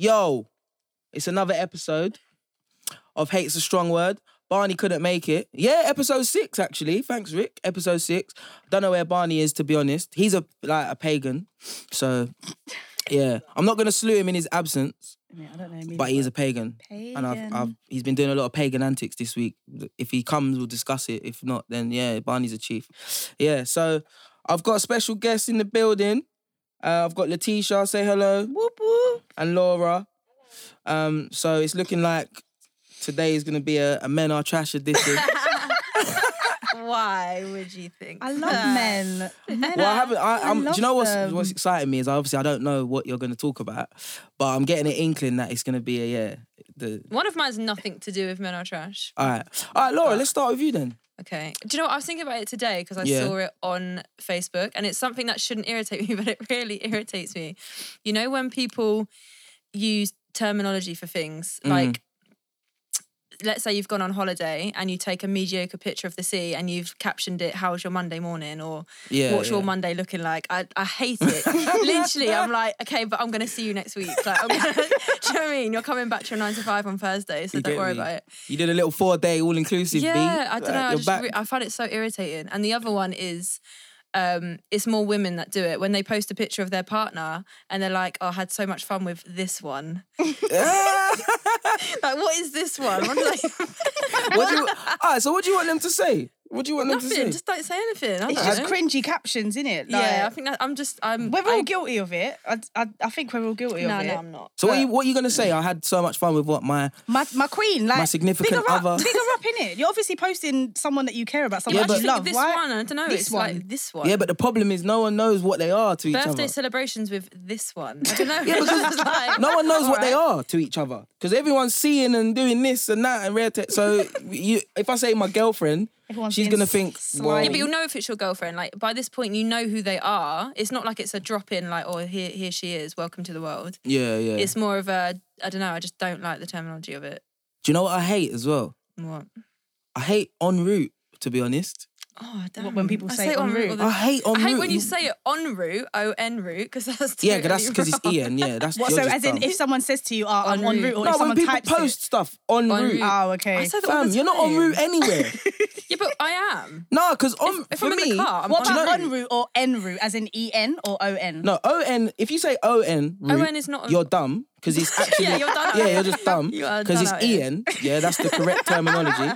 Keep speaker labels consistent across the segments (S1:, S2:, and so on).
S1: Yo, it's another episode of Hate's a Strong Word. Barney couldn't make it. Yeah, episode six, actually. Thanks, Rick. Episode six. Don't know where Barney is, to be honest. He's a like a pagan. So yeah. I'm not gonna slew him in his absence,
S2: Yeah, I don't know.
S1: but he is a pagan.
S2: pagan.
S1: And I've, I've, he's been doing a lot of pagan antics this week. If he comes, we'll discuss it. If not, then yeah, Barney's a chief. Yeah, so I've got a special guest in the building. Uh, I've got Letitia, say hello,
S2: whoop whoop.
S1: and Laura. Um, so it's looking like today is going to be a, a men are trash edition.
S3: Why would you think?
S2: I love
S3: that?
S2: men. Men
S1: well, I
S2: are-
S1: haven't. I,
S2: I
S1: I'm, do
S2: love
S1: you know what's
S2: them.
S1: what's exciting me is obviously I don't know what you're going to talk about, but I'm getting an inkling that it's going to be a yeah. The
S3: One of mine's nothing to do with men are trash.
S1: all right, all right, Laura. Let's start with you then.
S3: Okay. Do you know what? I was thinking about it today because I
S1: Yeah.
S3: saw it on Facebook and it's something that shouldn't irritate me, but it really irritates me. You know, when people use terminology for things, like let's say you've gone on holiday and you take a mediocre picture of the sea and you've captioned it, How's your Monday morning? or
S1: Yeah,
S3: What's your
S1: yeah.
S3: Monday looking like? I, I hate it. Literally, I'm like, okay, but I'm going to see you next week. Like, I'm gonna, do you know what I mean? You're coming back to your nine to five on Thursday, so
S1: You
S3: don't
S1: get
S3: worry
S1: me?
S3: about it.
S1: You did a little four day all inclusive.
S3: Yeah, I don't know. I,
S1: You're
S3: just
S1: back.
S3: re- I find it so irritating. And the other one is, um, it's more women that do it when they post a picture of their partner and they're like, "Oh, I had so much fun with this one." like, what is this one? What do they-
S1: what do you, all right, so what do you want them to say? What do you want them to say?
S3: Nothing. Just don't say anything. I
S2: It's
S3: don't
S2: just
S3: know.
S2: cringy captions, isn't it?
S3: yeah, I think that, I'm just. I'm.
S2: we're all
S3: I-
S2: guilty of it. I, I, I think we're all guilty
S3: No,
S2: of it.
S3: no, I'm not.
S1: so what are you what are you gonna say? I had so much fun with what my
S2: My, my queen, like
S1: significant
S2: big her up,
S1: other.
S2: big her up in it. You're obviously posting someone that you care about, someone
S1: Yeah,
S2: that
S1: but-
S2: you
S3: Think
S2: love.
S3: this
S2: Why?
S3: one, I don't know.
S2: This
S3: it's
S2: one.
S3: like this one.
S1: yeah, but the problem is no one knows what they are to each
S3: birthday
S1: other.
S3: celebrations with this one. I don't know.
S1: Yeah,
S3: It's
S1: because
S3: just like-
S1: no one knows
S3: all
S1: what they
S3: right.
S1: are to each other because everyone's seeing and doing this and that and rare. Te- so you, if I say my girlfriend,
S2: Everyone's
S1: she's
S2: being
S1: gonna think.
S2: slimy.
S1: Well,
S3: Yeah, but you'll know if it's your girlfriend. Like by this point, you know who they are. It's not like it's a drop in. Like, oh, here, here she is. Welcome to the world.
S1: yeah, yeah.
S3: It's more of a. I don't know. I just don't like the terminology of it.
S1: Do you know what I hate as well?
S3: What?
S1: I hate en route. To be honest,
S3: Oh, damn.
S2: when people
S3: Oh, I
S2: say
S3: it
S2: en route?
S3: all the-
S1: I hate en
S3: I
S1: route.
S3: hate when you say it en route, O N route, because that's
S1: yeah,
S3: totally
S1: 'cause that's because it's E.
S3: wrong.
S1: Ian. Yeah, that's
S2: What,
S1: you're
S2: so
S1: just
S2: as in,
S1: dumb.
S2: if someone says to you, "Oh, I'm
S3: En
S2: on
S3: route.
S2: route,"
S1: no,
S2: or if
S1: when
S2: someone
S1: people
S2: types
S1: post stuff en
S3: En
S1: route,
S3: route.
S2: "Oh,
S3: I
S2: okay."
S3: say that all the
S1: Fam, you're not en
S3: time.
S1: route anywhere.
S3: Yeah, but I am.
S1: No, because on
S3: if
S1: for
S3: I'm in the
S1: me,
S3: car, I'm
S2: What
S3: en
S2: about
S3: route.
S2: en route or en route, as in E N or O N?
S1: no O N. If you say O N,
S3: ON is not a-
S1: You're dumb because it's actually
S3: Yeah, you're dumb.
S1: Yeah, you're just dumb
S3: You are
S1: because
S3: dumb
S1: it's
S3: out here.
S1: en. Yeah, that's the correct terminology.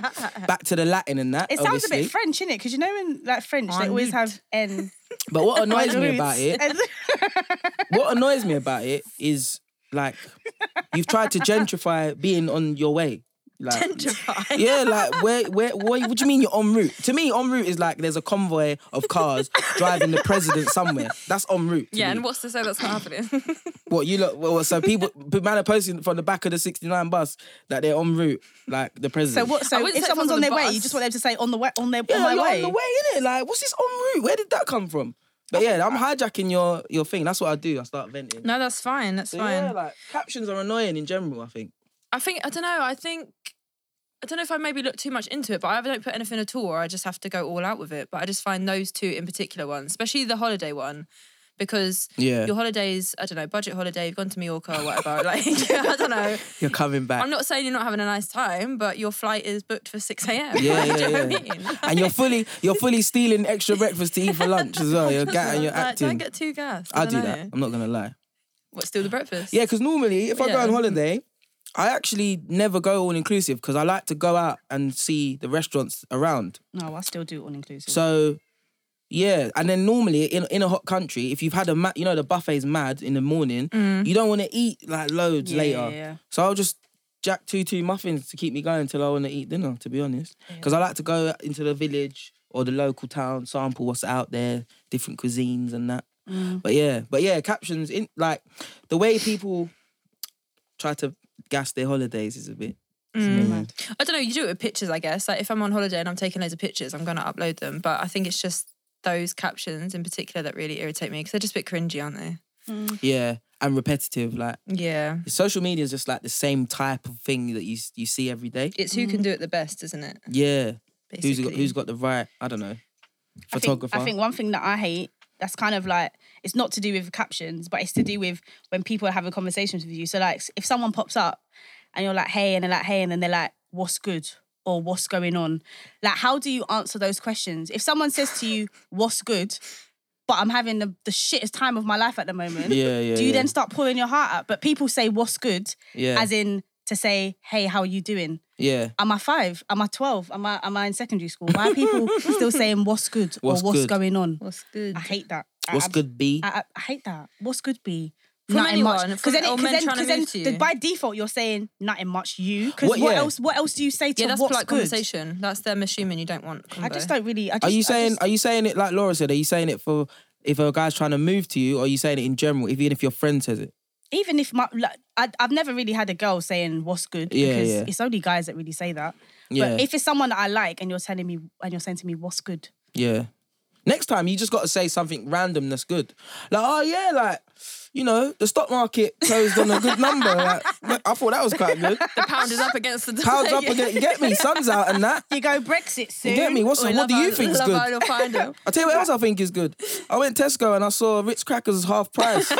S1: Back to the Latin and that.
S2: It sounds
S1: obviously.
S2: a bit French, innit? Because you know, in like French, they
S3: En
S2: always
S3: route.
S2: have N.
S1: But what annoys me about it,
S2: it.
S1: what annoys me about it is like you've tried to gentrify being on your way. Like,
S3: Gentrified.
S1: Yeah, like where, where, where, what do you mean you're en route? To me, en route is like there's a convoy of cars driving the president somewhere. That's en route. to
S3: Yeah,
S1: me.
S3: and what's to say that's not happening?
S1: What you look? Well, so people, man are posting from the back of the '69 bus that they're en route, like the
S2: So
S1: president.
S2: what? So
S3: wouldn't
S2: if
S3: say
S2: someone's
S3: if I was
S2: on
S3: on
S2: their
S3: the
S2: way,
S3: bus.
S2: you just want them to say on the way, on their
S1: Yeah,
S2: on my
S1: you're
S2: way.
S1: on the way, innit? Like, what's this en route? Where did that come from? But yeah, I'm hijacking your your thing. That's what I do. I start venting.
S3: no, that's fine. That's
S1: So
S3: fine.
S1: yeah, like captions are annoying in general. I think.
S3: I think I don't know. I think I don't know if I maybe look too much into it, but I don't put anything at all, or I just have to go all out with it. But I just find those two in particular ones, especially the holiday one, because
S1: Yeah.
S3: your holidays, I don't know, budget holiday, you've gone to Mallorca or whatever. like I don't know.
S1: You're coming back.
S3: I'm not saying you're not having a nice time, but your flight is booked for six a.m.
S1: Yeah,
S3: Do
S1: yeah,
S3: you know what I
S1: yeah.
S3: mean?
S1: and you're fully you're fully stealing extra breakfast to eat for lunch as well. You're ga- and you're
S3: Like, Don't
S1: acting.
S3: get too gassed.
S1: I
S3: don't
S1: do
S3: know.
S1: that. I'm not gonna lie.
S3: What? Steal the breakfast?
S1: Yeah, because normally if I go
S3: Yeah.
S1: on holiday, I actually never go all inclusive because I like to go out and see the restaurants around.
S2: No, I still do all inclusive.
S1: So yeah, and then normally in in a hot country, if you've had a ma- you know the buffet's mad in the morning, you don't want to eat like loads
S2: Mm. Yeah,
S1: later.
S2: yeah, yeah.
S1: So I'll just jack two two muffins to keep me going till I want to eat dinner. To be honest, because I like to go into the village or the local town, sample what's out there, different cuisines and that.
S2: Mm.
S1: But yeah, but yeah, captions in like the way people try to gas their holidays is a bit.
S3: I don't know. You do it with pictures, I guess. Like if I'm on holiday and I'm taking loads of pictures, I'm going to upload them. But I think it's just those captions in particular that really irritate me because they're just a bit cringy, aren't they?
S2: Mm.
S1: Yeah, and repetitive. Like
S3: Yeah.
S1: social media is just like the same type of thing that you you see every day.
S3: It's who can do it the best, isn't it?
S1: Yeah. Who's
S3: Basically.
S1: got who's got the right? I don't know.
S2: I think,
S1: Photographer.
S2: I think one thing that I hate that's kind of like It's not to do with captions, but it's to do with when people are having conversations with you. So like, if someone pops up and you're like, "Hey," and they're like, "Hey," and then they're like, "What's good?" or "What's going on?" Like, how do you answer those questions? If someone says to you, "What's good?" but I'm having the, the shittest time of my life at the moment.
S1: Yeah, yeah,
S2: Do you
S1: yeah.
S2: then start pouring your heart out? But people say, "What's good?"
S1: Yeah.
S2: as in to say, "Hey, how are you doing?"
S1: yeah.
S2: Am I five? Am I twelve? Am I am I in secondary school? Why are people still saying what's good
S1: What's
S2: or what's
S1: good?
S2: going on?
S3: What's good?
S2: I hate that. I
S1: What's
S2: abs-
S1: good, B?
S2: I, I- I hate that. What's good be?
S3: From
S2: Nothing much.
S3: anyone, from old men trying to move to
S2: the-
S3: you.
S2: by default you're saying nothing much. You because what,
S1: What- yeah.
S2: else? What else do you say to
S3: Yeah, that's
S2: what's
S3: polite
S2: good?
S3: conversation. That's them assuming you don't want. Combo.
S2: I just don't really. I just,
S1: Are
S2: I
S1: you saying
S2: just-
S1: are you saying it like Laura said? Are you saying it for if a guy's trying to move to you, or are you saying it in general, even if your friend says it?
S2: even if my like, I, I've never really had a girl saying what's good
S1: Yeah,
S2: because
S1: yeah.
S2: it's only guys that really say that.
S1: Yeah.
S2: But if it's someone that I like and you're telling me and you're saying to me what's good,
S1: Yeah. Next time you just gotta say something random that's good. Like, oh yeah, like, you know, the stock market closed on a good number. Like, I thought that was quite good.
S3: The pound is up against the.
S1: Pounds up again, you get me, sun's out and that.
S2: you go Brexit soon.
S1: You get me? What's
S3: Oi,
S1: what
S3: Love
S1: do you
S3: Island-
S1: think is
S3: Love
S1: good?
S3: Island find 'em.
S1: I'll tell you what else I think is good. I went Tesco and I saw Ritz crackers half price. you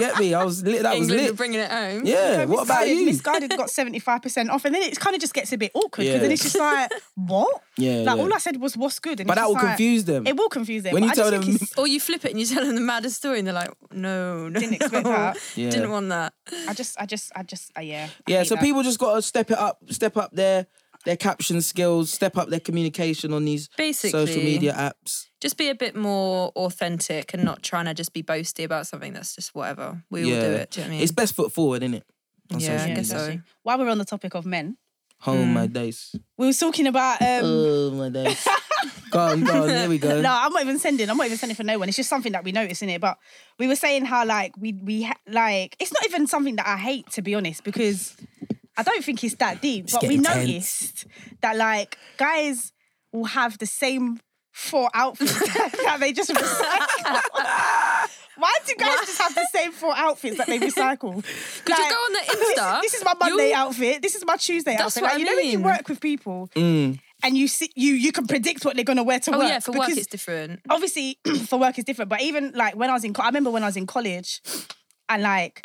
S1: get me? I was lit that
S3: England are
S1: was lit.
S3: bringing it home.
S1: Yeah,
S2: So
S1: what about
S2: Misguided-
S1: you?
S2: Misguided got 75% off, and then it kind of just gets a bit awkward because
S1: Yeah.
S2: then it's just like, what?
S1: Yeah,
S2: Like,
S1: yeah.
S2: all I said was, what's good? And
S1: But that
S2: it's just
S1: will
S2: like-
S1: confuse them.
S2: It will confuse them.
S1: When
S2: but
S1: you
S2: I
S1: tell
S2: just
S1: them-
S2: think it's-
S3: Or you flip it and you tell them the maddest story, and they're like, "No, no,
S2: Didn't expect
S3: no.
S2: that.
S1: Yeah.
S3: Didn't want that."
S2: I just, I just, I just, uh, yeah. I
S1: Yeah,
S2: hate
S1: so
S2: that.
S1: people just gotta step it up, step up their their caption skills, step up their communication on these social
S3: Basically-
S1: media apps.
S3: Just be a bit more authentic and not trying to just be boasty about something that's just whatever. We all do it. Do you know what I mean?
S1: It's best foot forward, isn't it?
S3: Yeah, I guess so. Mm.
S2: especially- While we're on the topic of men,
S1: Oh my days.
S2: we were talking about. Um,
S1: Oh my days. go on, go on. Here we go.
S2: no, I'm not even sending. I'm not even sending for no one. It's just something that we notice in it. But we were saying how like we we ha- like it's not even something that I hate to be honest because I don't think it's that deep. but we
S1: getting tense.
S2: noticed that like guys will have the same four outfits that they just recycle. Why do guys just have the same four outfits that they recycle?
S3: Could you go on the Insta?
S2: This, is my Monday
S3: You'll-
S2: outfit. This is my Tuesday
S3: That's
S2: outfit.
S3: what
S2: Like,
S3: I
S2: you know when you
S3: mean. Mm.
S2: work with people and you see you you can predict what they're gonna wear to
S3: Oh
S2: work.
S3: yeah, for work
S2: because
S3: it's different.
S2: obviously for work is different, but even like when I was in, co- I remember when I was in college, and like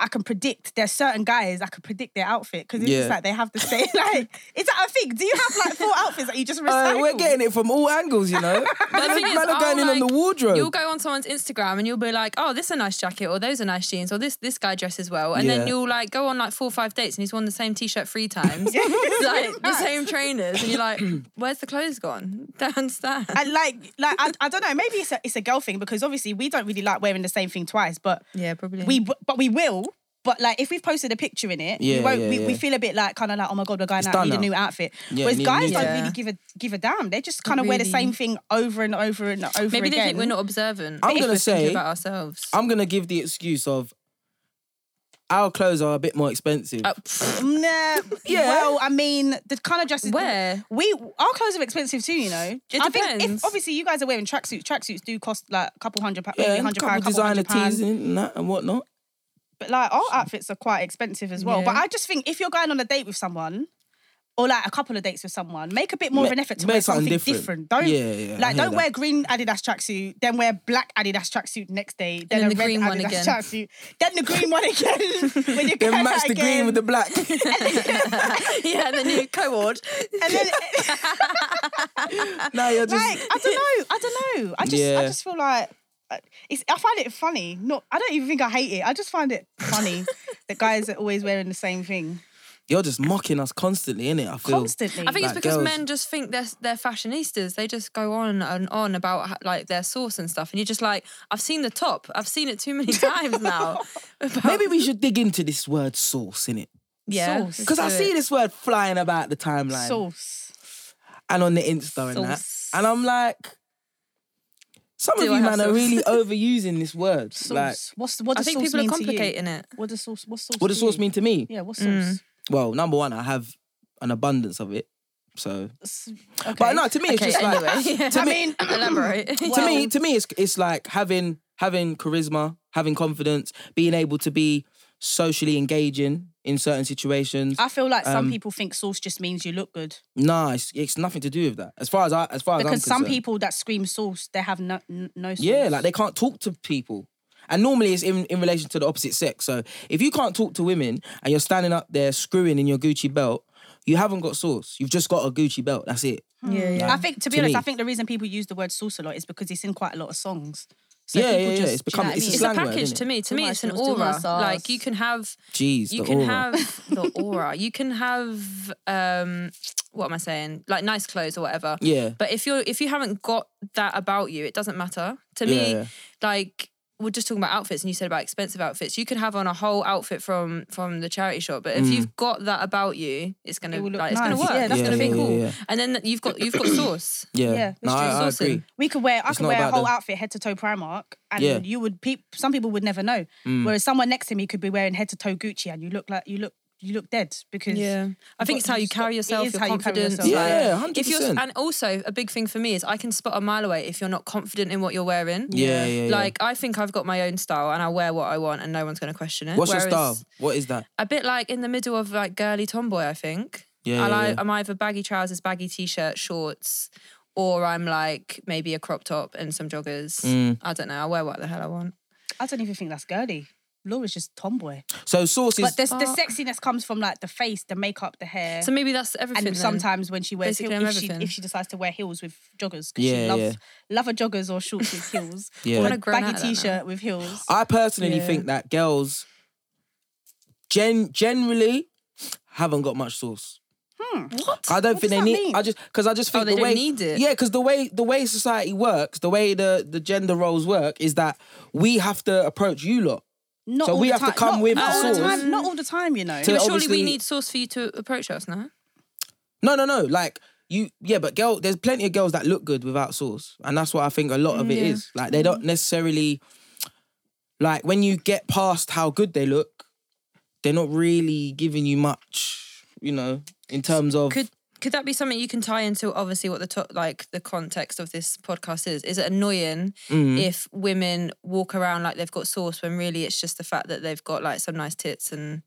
S2: I can predict there's certain guys I can predict their outfit because it's just
S1: Yeah.
S2: like they have the same. Like, is that a thing? Do you have like four outfits that you just
S1: Uh,
S2: recycle?
S1: we're getting it from all angles, you know.
S3: But the thing is, oh
S1: man are
S3: I'll,
S1: going in on
S3: like,
S1: the wardrobe.
S3: You'll go on someone's Instagram and you'll be like, "Oh, this is a nice jacket," or "Those are nice jeans," or "This this guy dresses well," and
S1: Yeah.
S3: then you'll like go on like four or five dates and he's worn the same T-shirt three times, like the same trainers, and you're like, "Where's the clothes gone?" Don't understand.
S2: And like, like I, I don't know. Maybe it's a it's a girl thing because obviously we don't really like wearing the same thing twice, but
S3: Yeah, probably.
S2: we w- but we will. But like, if we've posted a picture in it,
S1: Yeah,
S2: we won't.
S1: yeah,
S2: we, we
S1: yeah.
S2: feel a bit like kind of like, oh my god, we're going out.
S1: done
S2: Need a
S1: now.
S2: new outfit.
S1: Yeah,
S2: Whereas
S1: need-
S2: guys
S1: need-
S2: don't
S3: Yeah.
S2: really give a give a damn. They just kind of wear the
S3: Really.
S2: same thing over and over and over
S3: Maybe
S2: again.
S3: they think we're not observant.
S1: I'm
S3: if
S1: gonna
S3: we're thinking
S1: say-
S3: about ourselves.
S1: I'm gonna give the excuse of our clothes are a bit more expensive.
S3: Uh, pff,
S2: Nah,
S1: Yeah.
S2: Well, I mean, the kind of dresses
S3: Where?
S2: we our clothes are expensive too. You know,
S3: It
S2: I think if,
S3: depends.
S2: obviously you guys are wearing tracksuits. Tracksuits do cost like a couple hundred pounds,
S1: yeah,
S2: maybe
S1: and a
S2: hundred
S1: couple
S2: pounds, couple
S1: designer
S2: hundred
S1: teas
S2: pounds.
S1: and that and whatnot.
S2: But like our outfits are quite expensive as well.
S3: Yeah.
S2: But I just think if you're going on a date with someone. Or like a couple of dates with someone, make a bit more of
S1: Ma-
S2: an effort to
S1: make
S2: wear
S1: something
S2: something
S1: different.
S2: different. Don't
S1: Yeah, yeah, I
S2: like
S1: hear
S2: don't
S1: that.
S2: wear green Adidas tracksuit, then wear black Adidas tracksuit next day, then,
S3: then
S2: a
S3: the
S2: red
S3: green
S2: Adidas
S3: one again.
S2: tracksuit, then the green one again. when you
S1: Then match the green with the black.
S3: yeah, the new cohort.
S2: and then
S1: now you're just
S2: like I don't know. I don't know. I just I
S1: Yeah.
S2: just feel like uh, it's. I find it funny. Not. I don't even think I hate it. I just find it funny that guys are always wearing the same thing
S1: you're just mocking us constantly, innit? I feel
S2: constantly.
S3: I think
S1: Like
S3: it's because
S1: girls.
S3: men just think they're they're fashionistas. They just go on and on about h- like their source and stuff, and you're just like, I've seen the top. I've seen it too many times now. About-
S1: Maybe we should dig into this word source, innit?
S3: yeah,
S2: Source.
S1: Because I
S3: do
S1: see
S3: it.
S1: this word flying about the timeline
S2: sauce.
S1: and on the Insta and that.
S3: Sauce.
S1: And I'm like, some
S3: Do
S1: of
S3: I
S1: you
S3: have
S1: man are
S3: sauce?
S1: really overusing this word.
S2: Sauce.
S1: Like,
S2: What's what
S3: I
S2: does
S3: think
S2: sauce
S3: people are
S2: mean to you?
S3: complicating it.
S2: What does sauce? What sauce?
S1: what does
S2: to
S1: sauce
S2: you?
S1: mean Mm. to me?
S2: Yeah. What sauce?
S1: Well, number one, I have an abundance of it. So,
S2: S- Okay.
S1: but no, to me, it's
S3: Okay,
S1: just like
S3: anyway.
S1: to
S2: I
S1: me,
S2: mean,
S3: Elaborate.
S1: to me, to me, it's it's like having having charisma, having confidence, being able to be socially engaging. in certain situations.
S2: I feel like some
S1: Um,
S2: people think sauce just means you look good
S1: Nah, it's, it's nothing to do with that. As far as I, as far as I'm
S2: because some
S1: concerned.
S2: people that scream sauce they have no n- no sauce.
S1: Yeah, like they can't talk to people. And normally it's in, in relation to the opposite sex. So if you can't talk to women and you're standing up there screwing in your Gucci belt, you haven't got sauce. You've just got a Gucci belt. That's it.
S3: Yeah, yeah.
S2: Hmm. I think to be
S1: To
S2: honest,
S1: me.
S2: I think the reason people use the word sauce a lot is because it's in quite a lot of songs. So
S1: Yeah,
S2: people
S1: yeah, yeah,
S2: just,
S1: it's
S2: do you know
S1: become-
S2: what I
S1: it's a
S2: mean?
S3: It's
S1: slang
S3: a
S1: word,
S3: package
S1: isn't
S3: to me. To
S4: Too
S3: me,
S4: much
S3: it's an
S4: sauce, too much
S3: aura.
S4: sauce.
S3: Like you can have,
S1: Jeez,
S3: you
S1: the
S3: can
S1: aura.
S3: have the aura. You can have, um, what am I saying? Like nice clothes or whatever.
S1: yeah.
S3: But if you're if you haven't got that about you, it doesn't matter. To me,
S1: Yeah.
S3: like we're just talking about outfits, and you said about expensive outfits. You could have on a whole outfit from from the charity shop, but
S1: Mm.
S3: if you've got that about you, it's gonna
S2: It will look
S3: like, it's gonna
S2: nice.
S3: work.
S2: Yeah,
S3: it's
S2: that's
S3: gonna be
S2: true.
S3: cool.
S1: Yeah, yeah,
S3: And then you've got you've got sauce.
S1: yeah.
S2: Yeah,
S1: no,
S3: let's
S1: I,
S3: do
S1: I
S3: saucing.
S1: agree.
S2: We could wear, I
S1: It's
S2: could
S1: not
S2: wear a
S1: about
S2: whole
S1: the-
S2: outfit head to toe Primark, and
S1: Yeah. Mm.
S2: you would peep. Some people would never know. Whereas someone next to me could be wearing head to toe Gucci, and you look like you look you look dead because
S3: I
S2: got-
S3: think it's how you
S2: you've got-
S3: carry
S2: it
S3: yourself,
S2: is
S3: your
S2: how you carry
S3: confidence.
S2: yourself.
S3: like-
S1: Yeah, 100%.
S3: If you're, and also a big thing for me is I can spot a mile away if you're not confident in what you're wearing.
S1: Yeah, yeah, yeah.
S3: Like I think I've got my own style and I wear what I want and no one's going to question it.
S1: What's
S3: Whereas
S1: your style? What is that?
S3: A bit like in the middle of like girly tomboy, I think.
S1: Yeah,
S3: I
S1: yeah,
S3: like,
S1: yeah.
S3: I'm either baggy trousers, baggy t-shirt, shorts, or I'm like maybe a crop top and some joggers.
S1: Mm.
S3: I don't know. I wear what the hell I want.
S2: I don't even think that's girly. Laura's just tomboy.
S1: So sauce is
S2: But the, the sexiness comes from like the face, the makeup, the hair.
S3: So maybe that's everything.
S2: and
S3: then.
S2: sometimes when she wears heels,
S3: Basically, I'm
S2: if she,
S3: everything.
S2: if she decides to wear heels with joggers, 'cause she
S1: Yeah,
S2: loves
S1: yeah.
S2: love her joggers or shorts with heels,
S1: Yeah.
S2: or
S1: Kinda
S2: a
S3: grown out
S2: baggy
S3: of that now.
S2: t-shirt with heels.
S1: I personally
S3: Yeah.
S1: think that girls gen generally haven't got much sauce.
S2: what?
S1: I don't think
S2: What does
S1: they
S2: that
S1: need.
S2: mean?
S1: I just because I just
S3: Oh,
S1: think
S3: they
S1: the
S3: don't
S1: way
S3: need it.
S1: Yeah, because the way the way society works, the way the the gender roles work, is that we have to approach you lot.
S2: Not
S1: so
S2: all
S1: we
S2: the
S1: have to
S2: time-
S1: come
S2: not-
S1: with
S2: not all the
S3: sauce.
S2: time. Not all the time, you know.
S1: To-
S3: But surely
S1: obviously-
S3: we need source for you to approach us, no?
S1: No, no, no. Like you, yeah. But girl, there's plenty of girls that look good without sauce, and that's what I think a lot of it is.
S3: yeah.
S1: Like they don't necessarily like when you get past how good they look, they're not really giving you much. You know, in terms of
S3: could could that be something you can tie into obviously what the top like the context of this podcast is is it annoying
S1: Mm.
S3: if women walk around like they've got sauce when really it's just the fact that they've got like some nice tits and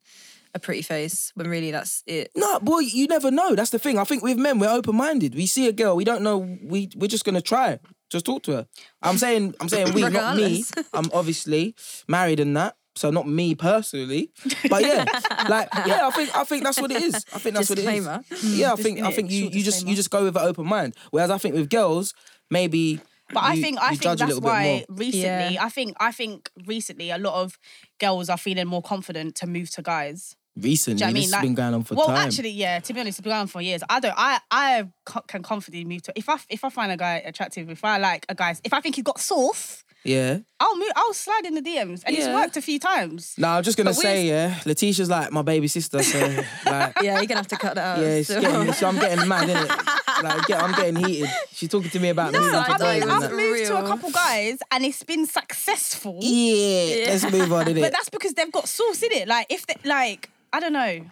S3: a pretty face when really that's it
S1: No, boy, you never know. That's the thing. I think with men, we're open minded. We see a girl, we don't know. We we're just gonna try. Just talk to her. I'm saying, I'm saying we, not me.
S3: Regardless.
S1: I'm obviously married and that, so not me personally. But yeah, like yeah, I think I think that's what it is. I think that's
S3: Disclaimer.
S1: what it is. Yeah, I think I
S2: yeah,
S1: think you
S2: short
S1: you just you
S2: Mm, disclaimer.
S1: just go with an open mind. Whereas I think with girls, maybe.
S2: But I
S1: you-
S2: think I
S1: you
S2: think
S1: judge a
S2: that's
S1: little bit
S2: why
S1: more.
S2: recently
S3: Yeah.
S2: I think I think recently a lot of girls are feeling more confident to move to guys.
S1: Recently,
S2: Do you know what I
S1: this
S2: mean?
S1: has been going on for
S2: well,
S1: time.
S2: actually, yeah. To be honest, it's been going on for years. I don't. I I co- can confidently move to if I if I find a guy attractive, if I like a guy, if I think he's got sauce,
S1: yeah.
S2: I'll move. I'll slide in the DMs, and it's
S3: Yeah.
S2: worked a few times.
S1: No, I'm just gonna
S3: But we're-
S1: say yeah. Letitia's like my baby sister, so like
S3: yeah you're gonna have to cut that out
S1: Yeah, it's getting, so I'm getting mad, is it? Like, get, I'm getting heated. She's talking to me about
S2: No,
S1: moving to
S2: I
S1: Dubai
S2: mean
S1: and
S2: I've
S1: that.
S2: moved to a
S3: Real.
S2: couple guys, and it's been successful.
S1: Yeah, let's move on, innit?
S2: But that's because they've got sauce in it. Like if they like, I don't know,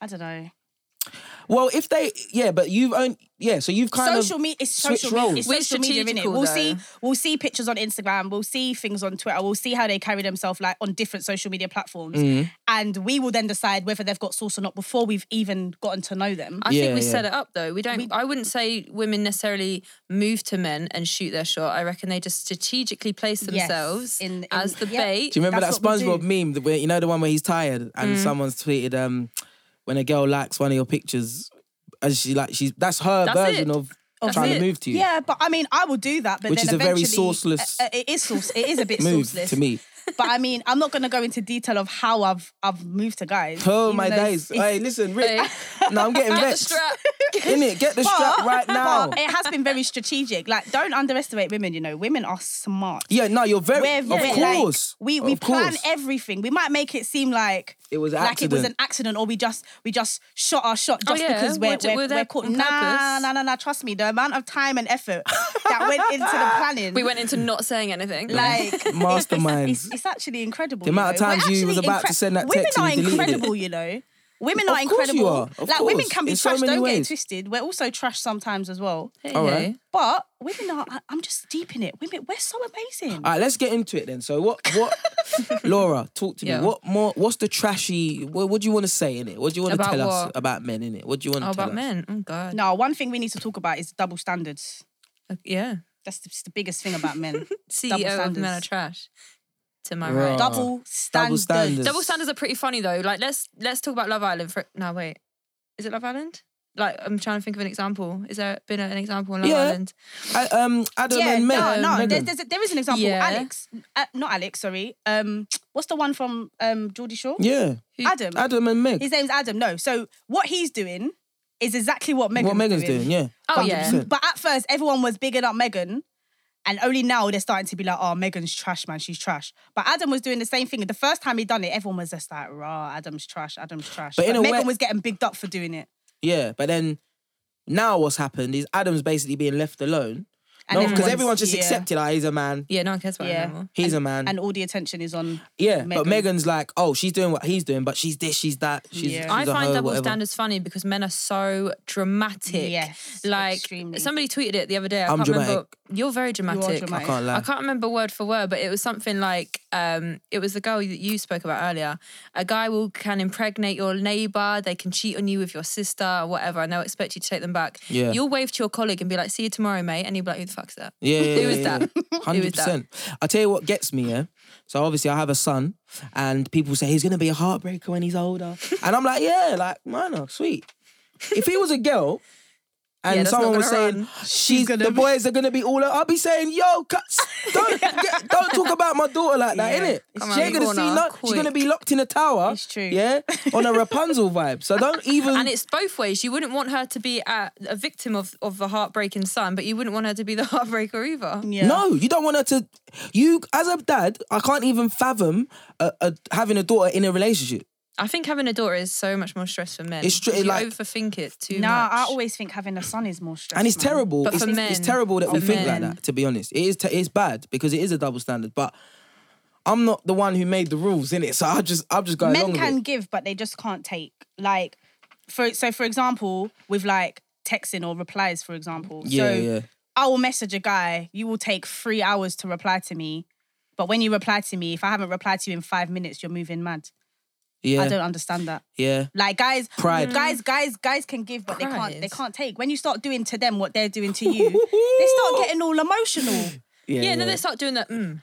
S2: I don't know.
S1: well, if they, yeah, but you've owned, yeah, so you've kind
S2: social
S1: of.
S2: media it's
S1: switch
S2: social media
S1: roles.
S2: it's
S3: We're
S2: social media innit?
S3: strategical,
S2: we'll
S3: though.
S2: see we'll see pictures on instagram we'll see things on twitter we'll see how they carry themselves like on different social media platforms
S1: Mm.
S2: and we will then decide whether they've got source or not before we've even gotten to know them
S3: I
S1: Yeah,
S3: think we
S1: yeah.
S3: set it up though. We don't. I wouldn't say women necessarily move to men and shoot their shot. I reckon they just strategically place
S2: Yes,
S3: themselves
S2: in- in-
S3: as the
S2: yeah.
S3: bait.
S1: Do you remember
S2: That's
S1: that
S2: what we Mm.
S1: SpongeBob meme? That where, you know, the one where he's tired and someone's tweeted, um, when a girl likes one of your pictures, and she like, she's, that's her
S3: That's
S1: version
S3: it.
S1: of
S3: That's
S1: trying
S3: it.
S1: to move to you.
S2: yeah but i mean i will do that but
S1: Which
S2: then
S1: is a very
S2: eventually,
S1: sauceless
S2: uh, uh, it is sauce it is a bit
S1: Move
S2: sauceless
S1: to me.
S2: but i mean i'm not going to go into detail of how i've i've moved to guys
S1: Oh
S2: even
S1: my
S2: though it's-
S1: days!
S2: it's-
S1: Hey, listen, Rick.
S3: Hey.
S1: No, I'm getting
S3: Get the
S1: vexed.
S3: strap.
S1: In it, get the strap right now.
S2: but it has been very strategic. Like, don't underestimate women. You know, women are smart.
S1: Yeah, no, you're very.
S2: We're,
S1: of
S2: we're, like,
S1: course,
S2: we we
S1: Of
S2: plan
S1: course.
S2: everything. We might make it seem like
S1: It was an
S2: like it was an
S1: accident.
S2: accident, or we just we just shot our shot just
S3: Oh, yeah?
S2: because we're
S3: We're-
S2: we're,
S3: we're
S2: we're,
S3: there
S2: caught.
S3: on
S2: Nah,
S3: purpose.
S2: nah, nah, nah. Trust me, the amount of time and effort that went into the planning.
S3: We went into not saying anything.
S2: like it's-
S1: Masterminds.
S2: It's, it's actually incredible.
S1: The amount of
S2: you know. We're
S1: times you was
S2: actually
S1: about to send that
S2: Women
S1: text and
S2: are
S1: you deleted it.
S2: incredible, you know. Women
S1: Of
S2: are
S1: course
S2: incredible.
S1: you are. Of
S2: like women
S1: course.
S2: can be
S1: In so
S2: trash.
S1: many
S2: don't get it
S1: ways.
S2: twisted. We're also trash sometimes as well.
S3: Hey,
S1: All
S3: hey.
S1: right.
S2: But women are. I- I'm just deep in it. Women, we're so amazing.
S1: All right, let's get into it then. So what what Laura, talk to me.
S3: Yeah.
S1: What more what's the trashy what, what do you want to say in it? What do you want to
S3: About
S1: tell us
S3: what?
S1: about men in it? What do you want to
S3: Oh,
S1: tell
S3: about
S1: us?
S3: men. Oh God.
S2: no, one thing we need to talk about is double standards.
S3: Uh, Yeah.
S2: That's the, it's the biggest thing about men.
S3: CEO of Men Are
S2: standards.
S3: Trash. To my
S1: Right.
S3: right.
S2: double standards.
S1: standards.
S3: Double Uh, standards are pretty funny though. Like let's let's talk about Love Island for no wait. Is it Love Island? Like I'm trying to think of an example. Is there been an example on Love
S1: Yeah.
S3: Island?
S1: I, um Adam
S2: Yeah,
S1: and Meg.
S2: no, no.
S1: Megan.
S2: There's, there's a, there is an example.
S3: Yeah.
S2: Alex, uh, not Alex. Sorry. Um, what's the one from um Geordie Shore?
S1: yeah.
S2: Adam.
S1: Adam and Meg.
S2: His name's Adam. No. So what he's doing is exactly what Megan.
S1: what Megan's doing. yeah.
S3: Oh yeah.
S1: 100%.
S2: But at first, everyone was bigging up Megan. And only now they're starting to be like, oh, Megan's trash, man. She's trash. But Adam was doing the same thing. The first time he done it, everyone was just like, rah, Adam's trash, Adam's trash. But,
S1: But in a
S2: Megan
S1: way-
S2: was getting bigged up for doing it.
S1: Yeah. But then now what's happened is Adam's basically being left alone.
S2: And
S1: No, because
S2: everyone's-
S1: everyone's just
S2: yeah.
S1: accepted ah, he's a man.
S3: Yeah, no one cares about
S2: Yeah.
S3: yeah. anymore.
S1: He's a man.
S2: And all the attention is on.
S1: yeah. But
S2: Megan.
S1: Megan's like, oh, she's doing what he's doing, but she's this, she's that, she's,
S2: Yeah.
S1: she's
S3: I
S1: a
S3: find
S1: hoe,
S3: double
S1: whatever.
S3: standards funny because men are so dramatic.
S2: Yes,
S3: Like
S2: extremely.
S3: somebody tweeted it the other day. I
S1: I'm
S3: can't remember.
S1: dramatic.
S3: You're very dramatic.
S1: I
S2: dramatic.
S1: can't lie.
S3: I can't remember word for word, but it was something like um, it was the girl that you spoke about earlier. A guy will can impregnate your neighbor. They can cheat on you with your sister or whatever, and they'll expect you to take them back.
S1: Yeah.
S3: You'll wave to your colleague and be like, "See you tomorrow, mate," and you'll be like, "Who the fuck's that?"
S1: Yeah, yeah,
S3: Who is
S1: yeah,
S3: that?
S1: yeah.
S3: Who is
S1: Hundred
S3: that?
S1: percent. I tell you what gets me, yeah. So obviously I have a son, and people say he's gonna be a heartbreaker when he's older, and I'm like, yeah, like minor, sweet. If he was a girl, and
S3: Yeah, that's not
S1: someone was
S3: gonna
S1: saying
S3: run.
S1: she's the boys are gonna be all, I'll be saying, yo, cuts, don't get- don't talk about my daughter like that,
S2: Yeah.
S1: innit?
S3: Come
S1: She
S3: around
S1: ain't
S3: the
S1: gonna see
S3: corner,
S1: no, she's gonna
S3: quick.
S1: be locked in a tower.
S2: It's true.
S1: Yeah, on a Rapunzel vibe. So don't even.
S3: And it's both ways. You wouldn't want her to be a, a victim of of the heartbreaking son, but you wouldn't want her to be the heartbreaker either.
S2: Yeah.
S1: No, you don't want her to. You, as a dad, I can't even fathom uh, uh, having a daughter in a relationship.
S3: I think having a daughter is so much more stress for men.
S1: It's str-
S3: You
S1: like-
S3: overthink it too
S2: Nah,
S3: much.
S2: I always think having a son is more stressful.
S1: And it's terrible.
S3: But
S1: it's,
S3: for
S1: it's
S3: men-
S1: terrible that we
S3: for
S1: think like
S3: men.
S1: that, to be honest. It is te- it's bad because it is a double standard, but I'm not the one who made the rules in it. So I just I've just go along
S2: men
S1: with
S2: can
S1: it.
S2: give, but they just can't take. Like, for so for example, with like texting or replies, for example.
S1: Yeah,
S2: so
S1: yeah.
S2: I will message a guy. You will take three hours to reply to me, but when you reply to me, if I haven't replied to you in five minutes, you're moving mad. I
S1: Yeah.
S2: don't understand that.
S1: Yeah.
S2: Like guys,
S1: Pride.
S2: guys, guys, guys can give, but they can't. They
S3: Pride.
S2: can't take. When you start doing to them what they're doing to you, they start getting all emotional.
S1: Yeah.
S3: yeah,
S1: yeah,
S3: and then they start doing that. Mm,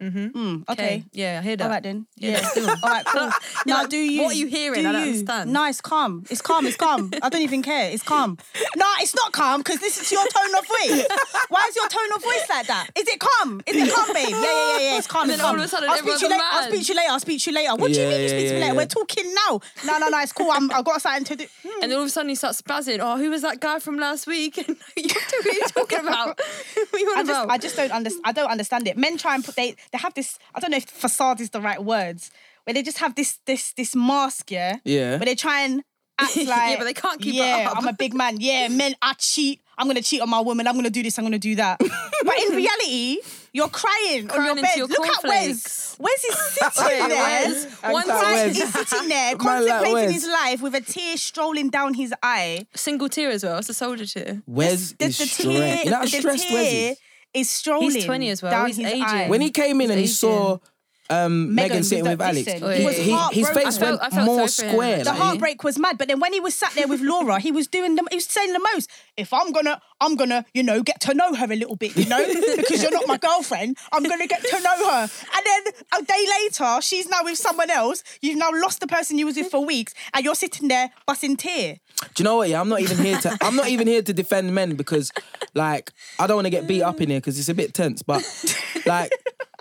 S2: Mm, okay.
S3: okay. Yeah, I hear that.
S2: All right then. Yeah.
S3: that's
S2: All right. Cool.
S3: You're
S2: Now
S3: like,
S2: do you?
S3: what are you hearing?
S2: Do
S3: I don't
S2: you?
S3: understand.
S2: No, it's calm. It's calm. It's calm. I don't even care. It's calm. No, it's not calm because this is your tone of voice. Why is your tone of voice like that? Is it calm? Is it calm, babe? Yeah, yeah, yeah, yeah. It's calm.
S3: And
S2: it's
S3: then all
S2: calm.
S3: of a sudden
S2: I'll speak to you
S3: everyone's
S2: later. I'll
S3: mad.
S2: speak to you later. I'll speak to you later. What do you
S1: Yeah,
S2: mean you
S1: yeah,
S2: speak to me
S1: yeah,
S2: later?
S1: yeah.
S2: We're talking now. No, no, no. It's cool. I'm, I've got something to do. Hmm.
S3: And then all of a sudden you start spazzing. Oh, who was that guy from last week? And you don't know who you're talking about. What are you on
S2: I just,
S3: about?
S2: I just don't understand. I don't understand it. Men try and put they, they have this. I don't know if facade is the right words, where they just have this, this, this mask, yeah.
S1: Yeah.
S2: But they try and act like,
S3: Yeah, but they can't keep it
S2: Yeah,
S3: up."
S2: I'm a big man. Yeah, men, I cheat. I'm gonna cheat on my woman. I'm gonna do this. I'm gonna do that. but in reality, you're crying, on
S3: Crying
S2: your
S3: into
S2: bed.
S3: your
S2: Look at Wes.
S3: cornflakes.
S2: Wes is sitting
S3: Wait,
S2: there.
S3: Wes. One
S1: Wes.
S2: Wes
S3: side
S2: is sitting there
S1: Man like
S2: contemplating
S1: Wes.
S2: his life with a tear strolling down his eye.
S3: single tear as well. It's a soldier tear.
S1: Wes
S2: The,
S1: is
S2: the
S1: stressed.
S2: tear,
S1: You know how
S2: the
S1: stressed Wes
S2: tear
S1: is?
S2: is strolling.
S3: 20 as well.
S2: Down
S3: He's
S2: his
S3: aging.
S2: eye.
S1: When he came in and he
S3: Asian.
S1: saw um,
S2: Megan
S1: Megan, sitting
S2: with
S1: with
S2: that
S1: Alex,
S2: dissent.
S1: he-
S3: He was
S1: he- his
S2: heartbroken.
S1: face
S2: I
S1: went
S3: felt- Oh, I felt
S1: more
S3: sorry for him,
S1: square.
S3: actually.
S2: the
S1: like,
S2: heartbreak was mad, but then when he was sat there with Laura, he was doing the he was saying the most. If I'm gonna, I'm gonna, you know, get to know her a little bit, you know, because you're not my girlfriend. I'm gonna get to know her. And then a day later, she's now with someone else. You've now lost the person you was with for weeks, and you're sitting there busting tear.
S1: Do you know what? Yeah, I'm not even here to. I'm not even here to defend men because, like, I don't want to get beat up in here because it's a bit tense. But, like,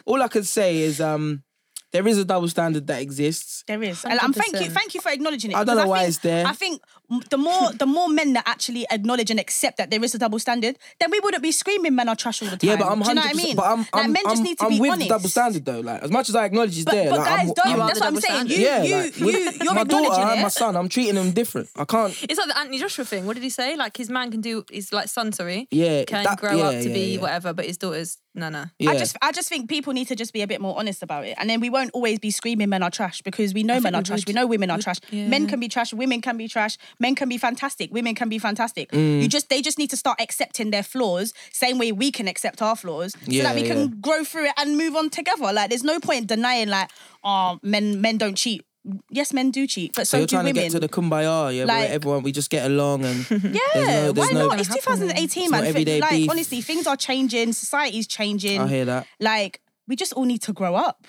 S1: all I can say is, um, there is a double standard that exists.
S2: There is, and, and thank you,
S3: 100%.
S2: thank you for acknowledging it.
S1: I don't
S2: because
S1: know why
S2: think-
S1: it's there.
S2: I think m- the more the more men that actually acknowledge and accept that there is a double standard, then we wouldn't be screaming men are trash all the time.
S1: Yeah, but I'm
S2: Do you know what I
S1: 100%,
S2: mean?
S1: But I'm,
S2: like
S1: I'm,
S2: men just
S1: I'm-
S2: need to
S1: I'm
S2: be
S1: with
S2: honest.
S1: the double standard though. Like as much as I acknowledge it's
S2: But,
S1: there,
S2: but
S1: like,
S2: guys,
S1: I'm,
S2: don't.
S1: I'm-
S3: are
S2: that's
S3: the
S2: what I'm
S3: double
S2: saying. You,
S3: standard.
S1: yeah,
S2: you,
S1: like,
S2: you,
S1: with
S2: you're
S1: my
S2: acknowledging
S1: daughter
S2: it.
S1: and my son. I'm treating them different. I can't.
S3: It's like the Anthony Joshua thing. What did he say? Like his man can do his like son, sorry,
S1: Yeah,
S3: can
S1: that-
S3: grow
S1: yeah,
S3: up to
S1: yeah,
S3: be
S1: yeah.
S3: whatever, but his daughter's no, no.
S1: Yeah.
S2: I just I just think people need to just be a bit more honest about it. And then we won't always be screaming men are trash because we know
S3: think
S2: men are
S3: we
S2: trash.
S3: would-
S2: We know women are
S3: would-
S2: trash.
S3: yeah.
S2: Men can be trash, women can be trash, men can be fantastic, women can be fantastic.
S1: Mm.
S2: You just they just need to start accepting their flaws, same way we can accept our flaws.
S1: Yeah,
S2: so that we
S1: yeah.
S2: can grow through it and move on together. Like there's no point denying like, oh men men don't cheat. Yes, men do cheat, but
S1: So
S2: so,
S1: you're
S2: do
S1: trying
S2: women.
S1: to get to the kumbaya, yeah, where
S2: Like-
S1: everyone we just get along and
S2: yeah,
S1: no- there's
S2: why
S1: no-
S2: not? It's 2018,
S1: It's
S2: man.
S1: not everyday
S2: like
S1: beef.
S2: honestly, things are changing, society's changing.
S1: I hear that.
S2: Like, we just all need to grow up.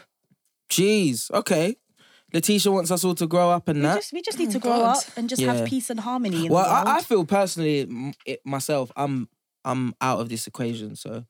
S1: Jeez, okay. Letitia wants us all to grow up and that.
S2: Just we just need to grow
S3: God.
S2: up and just
S1: Uh, oh Yeah.
S2: have peace and harmony. In
S1: Well,
S2: the world.
S1: I, I feel personally m- it, myself, I'm I'm out of this equation, so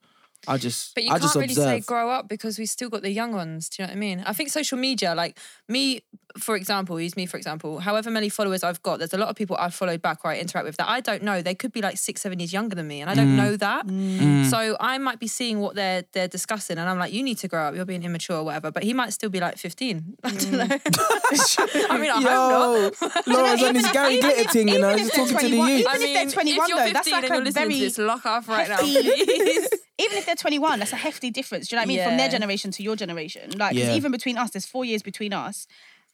S1: I just
S3: But you
S1: I
S3: can't
S1: just
S3: really
S1: observe.
S3: say grow up because we still got the young ones. Do you know what I mean? I think social media, like me, for example, use me for example. However many followers I've got, there's a lot of people I've followed back or I interact with that I don't know. They could be like six, seven years younger than me, and I
S1: Mm.
S3: don't know that. So I might be seeing what they're they're discussing, and I'm like, you need to grow up. You're being immature or whatever. But he might still be like 15. I don't know. I mean, I hope not.
S1: Mm. Yo, Laura's on
S2: Even
S1: this
S2: if-
S1: Gary
S2: even if-
S1: Glitter thing, you
S2: even
S1: know,
S2: if
S1: just
S2: they're
S1: talking to the
S2: 21,
S1: youth.
S2: even- if they're 21
S3: if you're
S2: though, that's
S3: 15
S2: like
S3: and
S2: a
S3: you're listening
S2: very
S3: to this, lock off right now,
S2: hefty-
S3: please.
S2: even if they're 21, that's a hefty difference. Do you know what I mean? From
S3: Yeah.
S2: their generation to your generation. Like 'cause
S1: Yeah.
S2: even between us, there's four years between us.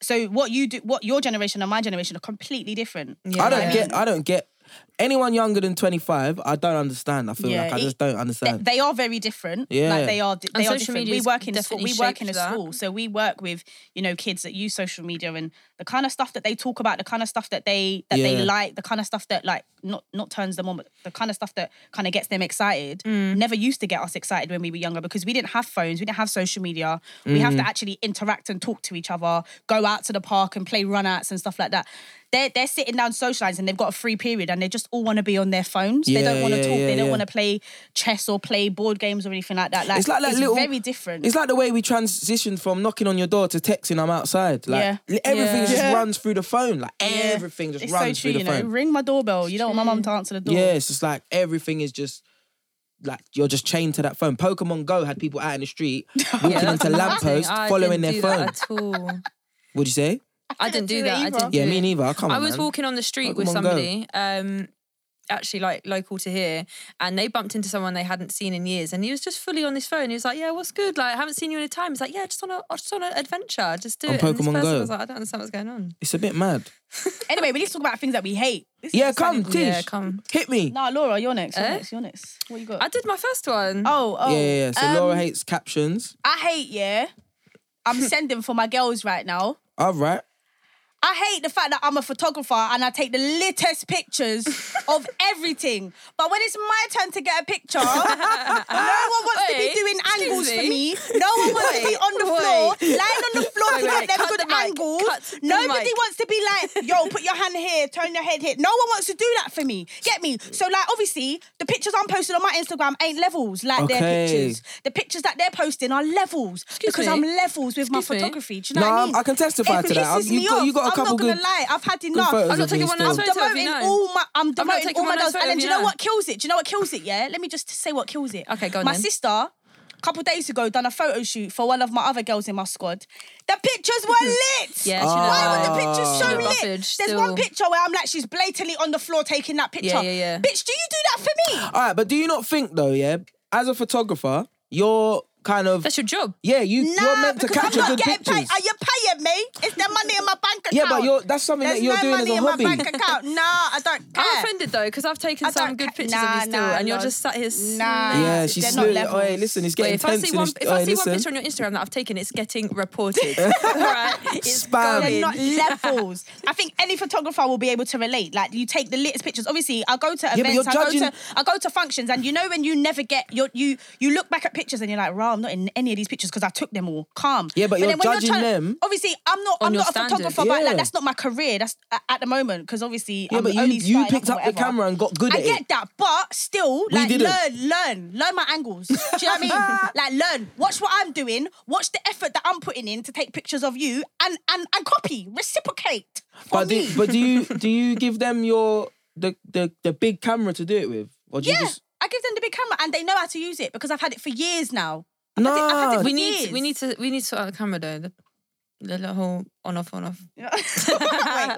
S2: So what you do, what your generation and my generation are completely different.
S1: I don't
S3: Yeah.
S1: get. I don't get anyone younger than 25. I don't understand. I feel
S2: Yeah,
S1: like I
S2: it-
S1: just don't
S2: They,
S1: understand.
S2: they are very different.
S1: Yeah.
S2: Like they are. They
S3: And
S2: are
S3: social
S2: different. We
S3: media's
S2: work in a school.
S3: definitely
S2: We work in a
S3: shaped that.
S2: school, so we work with you know kids that use social media and the kind of stuff that they talk about, the kind of stuff that they that
S1: Yeah.
S2: they like, the kind of stuff that like not not turns them on, but the kind of stuff that kind of gets them excited.
S3: Mm.
S2: Never used to get us excited when we were younger because we didn't have phones, we didn't have social media. We have
S1: Mm.
S2: to actually interact and talk to each other, go out to the park and play run outs and stuff like that. They're, they're sitting down socializing, they've got a free period and they just all want to be on their phones. they
S1: Yeah,
S2: don't want to
S1: yeah,
S2: talk,
S1: yeah,
S2: they don't
S1: yeah.
S2: want to play chess or play board games or anything like that. Like
S1: It's like that little-
S2: very different.
S1: It's like the way we transitioned from knocking on your door to texting. I'm outside. Like
S2: Yeah.
S1: li- everything
S3: Yeah.
S1: just
S2: Yeah.
S1: runs through the phone. Like everything just
S2: It's
S1: runs
S2: so true,
S1: through the
S2: you know.
S1: phone.
S2: Ring my doorbell. You don't want my mum to answer the door.
S1: Yeah, it's just like everything is just like you're just chained to that phone. Pokemon Go had people out in the street walking into lampposts, following their phone.
S3: At all.
S1: Would you say?
S3: I didn't do
S2: do
S3: that.
S2: it
S3: I
S2: either.
S3: didn't
S1: Yeah,
S3: do
S1: me
S3: it.
S1: neither. Oh, I can't.
S3: I was walking on the street with
S1: Pokemon Go.
S3: somebody, um, actually like local to here, and they bumped into someone they hadn't seen in years, and he was just fully on his phone. He was like, "Yeah, what's good? Like, I haven't seen you in a time." He's like, "Yeah, just on a just on an adventure, just do
S1: On
S3: it." And this
S1: Pokemon
S3: person
S1: Go.
S3: was like, "I don't understand what's going on."
S1: It's a bit mad.
S2: Anyway, we need to talk about things that we hate. This is
S1: Yeah,
S2: exciting.
S1: come, Tish.
S3: Yeah, come.
S1: Hit me.
S2: Nah, Laura, you're next. You're
S3: Eh?
S2: next. You're next. What you got?
S3: I did my first one.
S2: oh, oh.
S1: Yeah, yeah, yeah. So
S2: um,
S1: Laura hates captions.
S2: I hate. Yeah, I'm sending for my girls right now.
S1: All right.
S2: I hate the fact that I'm a photographer and I take the littest pictures of everything. But when it's my turn to get a picture, no one wants to
S3: Oi,
S2: be doing
S3: excuse
S2: angles for
S3: me.
S2: me. No one wants to be on the
S3: Oi.
S2: floor, lying on the floor
S3: Wait,
S2: to
S3: wait,
S2: get them
S3: cut
S2: good
S3: the mic,
S2: angles.
S3: cut the
S2: Nobody
S3: mic.
S2: wants to be like, yo, put your hand here, turn your head here. No one wants to do that for me. Get me? So, like, obviously, the pictures I'm posting on my Instagram ain't levels like
S1: Okay.
S2: their pictures. The pictures that they're posting are levels because
S3: me.
S2: I'm levels with my
S3: Excuse me.
S2: photography. Do you know
S1: No,
S2: what I
S1: I'm-
S2: mean?
S1: I can testify
S2: It
S1: to that. I've-
S2: pisses
S1: you
S2: me
S1: got-
S2: off.
S1: you got a couple
S2: I'm not gonna
S1: good-
S2: lie. I've had
S1: Good
S2: enough.
S1: photos
S2: I'm
S3: not
S1: of
S3: taking
S1: you
S3: one out
S1: still.
S3: of Photo you
S2: demoting
S3: know.
S2: all my. I'm
S3: not
S2: demoting
S3: taking
S2: all my
S3: one out
S2: girls. And
S3: of photo
S2: then do
S3: of you
S2: you know
S3: know.
S2: what kills it? Do you know what kills it? Yeah. Let me just say what kills it.
S3: Okay, go on
S2: My
S3: then.
S2: sister, a couple days ago, done a photo shoot for one of my other girls in my squad. The pictures were lit.
S3: Yeah, she
S2: Why would
S3: looked-
S2: the pictures
S1: she
S2: show
S3: looked
S2: lit?
S3: roughage
S2: There's
S3: still.
S2: one picture where I'm like, she's blatantly on the floor taking that picture.
S3: Yeah, yeah, yeah.
S2: Bitch, do you do that for me?
S1: All right, but do you not think though, yeah, as a photographer, you're kind of
S3: That's your job.
S1: yeah, you you're
S2: nah,
S1: meant to
S2: because
S1: capture
S2: I'm not
S1: good
S2: getting
S1: pictures.
S2: paid. Are you paying me? It's the money in my bank account.
S1: yeah, but you're that's something
S2: There's
S1: that you're
S2: no
S1: doing as
S2: money
S1: a
S2: in
S1: hobby.
S2: my bank account. Nah, I don't care.
S3: I'm offended though because I've taken
S2: I
S3: some
S2: don't
S3: good
S2: ca-
S3: pictures
S2: nah,
S3: of you still,
S2: nah,
S3: and you're
S2: Lord.
S3: just sat here. s-
S2: Nah.
S1: yeah, she's
S2: They're
S1: still.
S2: not levels.
S1: Oi, listen, it's
S3: Wait,
S1: getting
S3: if I
S1: tense.
S3: see
S1: in
S3: one,
S1: this,
S3: if I
S1: oi,
S3: see one
S1: listen.
S3: picture on your Instagram that I've taken, it's getting reported. All right, it's
S1: Spam.
S3: going.
S2: They're not levels. I think any photographer will be able to relate. Like you take the litest pictures. Obviously, I go to
S1: but
S2: events,
S1: you're
S2: I go
S1: judging-
S2: to I go to functions, and you know when you never get your you you look back at pictures and you're like, rah, I'm not in any of these pictures because I took them all. Calm.
S1: Yeah, but you're
S2: then when
S1: judging them
S2: obviously I'm not
S3: On
S2: I'm
S3: your
S2: not a
S3: standards.
S2: photographer, but
S1: Yeah.
S2: like that's not my career. That's at, at the moment because obviously
S1: Yeah,
S2: I'm
S1: but you,
S2: only
S1: you
S2: starting
S1: picked
S2: or
S1: up the
S2: whatever.
S1: camera and got good
S2: I
S1: at
S2: get
S1: it.
S2: that, but still, like,
S1: didn't.
S2: learn, learn, learn my angles. Do you know what I mean? Like, learn, watch what I'm doing, watch the effort that I'm putting in to take pictures of you, and and and copy, reciprocate. For
S1: But
S2: me.
S1: do, but do you do you give them your the, the the big camera to do it with, or do
S2: yeah,
S1: you just
S2: I give them the big camera, and they know how to use it because I've had it for years now.
S1: no?
S2: think- I think
S3: We
S2: It
S3: need we
S2: is.
S3: need to we need to sort out the camera though. The, the little whole on off on off.
S2: wait, wait,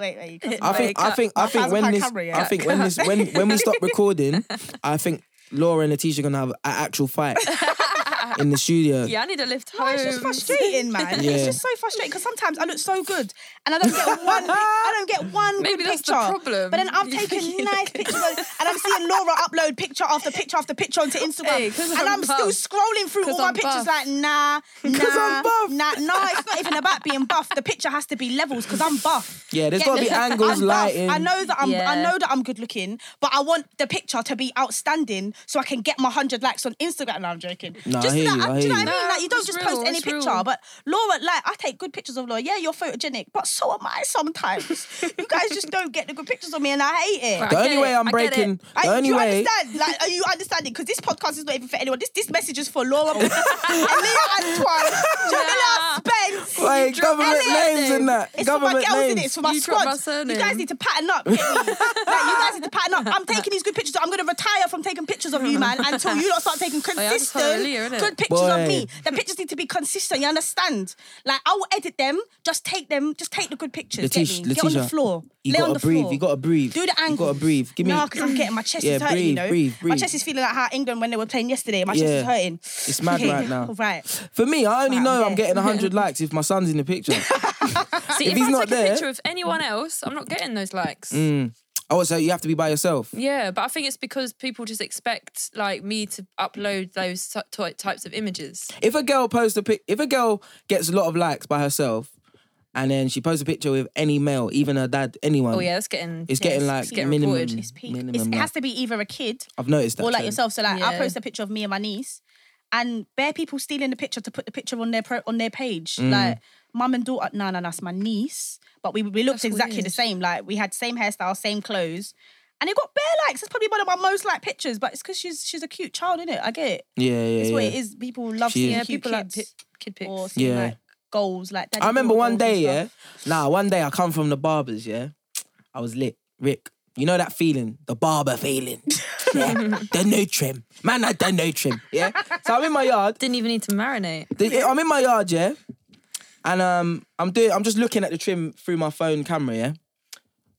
S2: wait. you can't-
S1: I think I
S3: Wait,
S1: think I
S2: my
S1: think
S2: thousand
S1: when
S2: pound
S1: this
S2: uh, camera, yeah.
S1: I think when this when when we stop recording, I think Laura and Letitia are gonna have an actual fight in the studio.
S3: Yeah, I need a lift home.
S2: Oh, it's just frustrating, man.
S1: Yeah.
S2: It's just so frustrating because sometimes I look so good and I don't get one. pic- I don't get one
S3: Maybe
S2: good
S3: that's the
S2: picture.
S3: problem.
S2: But then I'm
S3: You think
S2: taking
S3: you
S2: nice
S3: look
S2: pictures of- and I'm seeing Laura upload picture after picture after picture onto Instagram,
S3: Hey, 'cause
S2: and
S3: I'm
S2: I'm, still
S3: buff.
S2: scrolling through
S3: 'Cause
S2: all my
S3: I'm
S2: pictures
S3: buff.
S2: like, nah, nah,
S1: I'm buff.
S2: nah. No, it's not even about being buff. The picture has to be levels because I'm buff.
S1: Yeah, there's
S2: Get
S1: gotta
S2: me?
S1: be angles,
S2: I'm buff.
S1: lighting.
S2: I know that I'm. I
S3: Yeah.
S2: know that I'm good looking, but I want the picture to be outstanding so I can get my hundred likes on Instagram. No, I'm joking.
S1: No, I
S2: just
S1: hear
S2: that,
S1: you, I
S2: do you
S1: hear you.
S2: know what I mean?
S3: No,
S2: Like you don't
S3: it's
S2: just
S3: real,
S2: post any
S3: it's
S2: picture.
S3: real.
S2: But Laura, like I take good pictures of Laura. Yeah, you're photogenic, but so am I sometimes. you guys just don't get the good pictures of me, and I hate it.
S3: Right.
S1: the
S3: I
S1: only
S3: get
S1: way
S3: it,
S1: I'm
S3: I get
S1: breaking
S3: it.
S1: the
S2: I, do
S1: only
S2: you
S1: way
S2: understand? Like, are you understanding? Because this podcast is not even for anyone. This this message is for Laura, Elena Antoine, Jamila Spence.
S1: Like,
S3: You drop
S1: government
S3: LA
S1: names and that.
S2: It's
S1: government
S2: for my girls,
S1: names.
S2: in it? It's for my
S3: You dropped my
S2: squad. You
S3: surname.
S2: guys need to pattern up. get me? like, you guys need to pattern up. I'm taking these good pictures. I'm going to retire from taking pictures of you, man, until you lot start taking
S3: Oh, yeah, that's
S2: consistent
S3: Hialeah, innit?
S2: good pictures of
S1: Boy.
S2: me. The pictures need to be consistent. You understand? Like, I will edit them. Just take them. Just take the good pictures.
S1: Letitia,
S2: get me. Get on the
S1: Letitia,
S2: floor.
S1: You
S2: Lay on
S1: gotta
S2: the
S1: breathe.
S2: floor.
S1: You gotta breathe.
S2: Do the
S1: You
S2: angle.
S1: gotta breathe. Give me.
S2: No, because I'm getting my chest
S1: Yeah,
S2: is hurting. you
S1: breathe,
S2: know,
S1: breathe,
S2: my
S1: breathe.
S2: chest is feeling like how England when they were playing yesterday. My chest
S1: Yeah.
S2: is hurting.
S1: It's mad right now.
S2: Right.
S1: For me, I only
S2: Right,
S1: know
S2: I'm
S1: I'm
S2: there.
S1: getting 100 likes if my son's in the picture.
S3: See,
S1: If
S3: if,
S1: he's
S3: I
S1: not
S3: take
S1: there-
S3: a picture of anyone else, I'm not getting those likes.
S1: oh, so you have to be by yourself.
S3: Yeah, but I think it's because people just expect like me to upload those ty- ty- types of images.
S1: If a girl posts a pic, if a girl gets a lot of likes by herself, and then she posts a picture with any male, even her dad, anyone.
S3: Oh yeah, that's getting
S1: It's
S3: yeah,
S1: getting like
S3: it's getting
S1: minimum.
S3: reported.
S2: It's peak.
S1: Minimum
S2: It's, it
S1: like-
S2: has to be either a kid
S1: I've noticed that.
S2: or like
S1: trend.
S2: yourself. So like, I'll
S3: Yeah.
S2: post a picture of me and my niece, and bare people stealing the picture to put the picture on their pro- on their page. Like, mum and daughter. No, no, that's my niece. But we we looked
S3: That's
S2: exactly the
S3: weird.
S2: same. Like we had same hairstyle, same clothes. And it got bare likes. It's probably one of my most liked pictures, but it's because she's she's a cute child, isn't it? I get it.
S1: Yeah, yeah,
S2: It's
S1: yeah.
S2: what it is. People love
S1: She
S2: seeing
S1: is.
S3: Yeah,
S2: cute
S3: people like
S2: kids.
S3: pi- kid pics.
S2: or seeing
S1: Yeah.
S2: like goals like that.
S1: I remember one day, yeah. Nah, one day I come from the barbers, yeah. I was lit, Rick. You know that feeling, the barber feeling. Yeah. the no trim, man. I done no trim, yeah. So I'm in my yard.
S3: Didn't even need to marinate.
S1: The- I'm in my yard, yeah. And um, I'm doing. I'm just looking at the trim through my phone camera, yeah.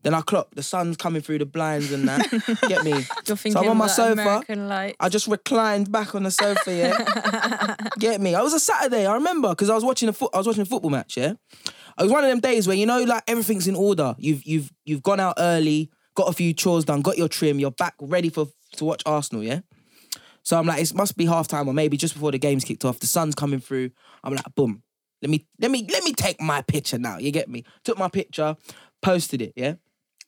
S1: Then I clock the sun's coming through the blinds and that. Get me?
S3: You're
S1: so
S3: thinking
S1: I'm on my
S3: that
S1: sofa.
S3: American light.
S1: I just reclined back on the sofa, yeah. Get me? I was a Saturday, I remember, because I was watching a foot I was watching a football match, yeah. It was one of them days where you know, like everything's in order. You've you've you've gone out early, got a few chores done, got your trim, you're back ready for to watch Arsenal, yeah. So I'm like, it must be half time or maybe just before the game's kicked off. The sun's coming through. I'm like, boom. Let me let me let me take my picture now. You get me? Took my picture, posted it, yeah.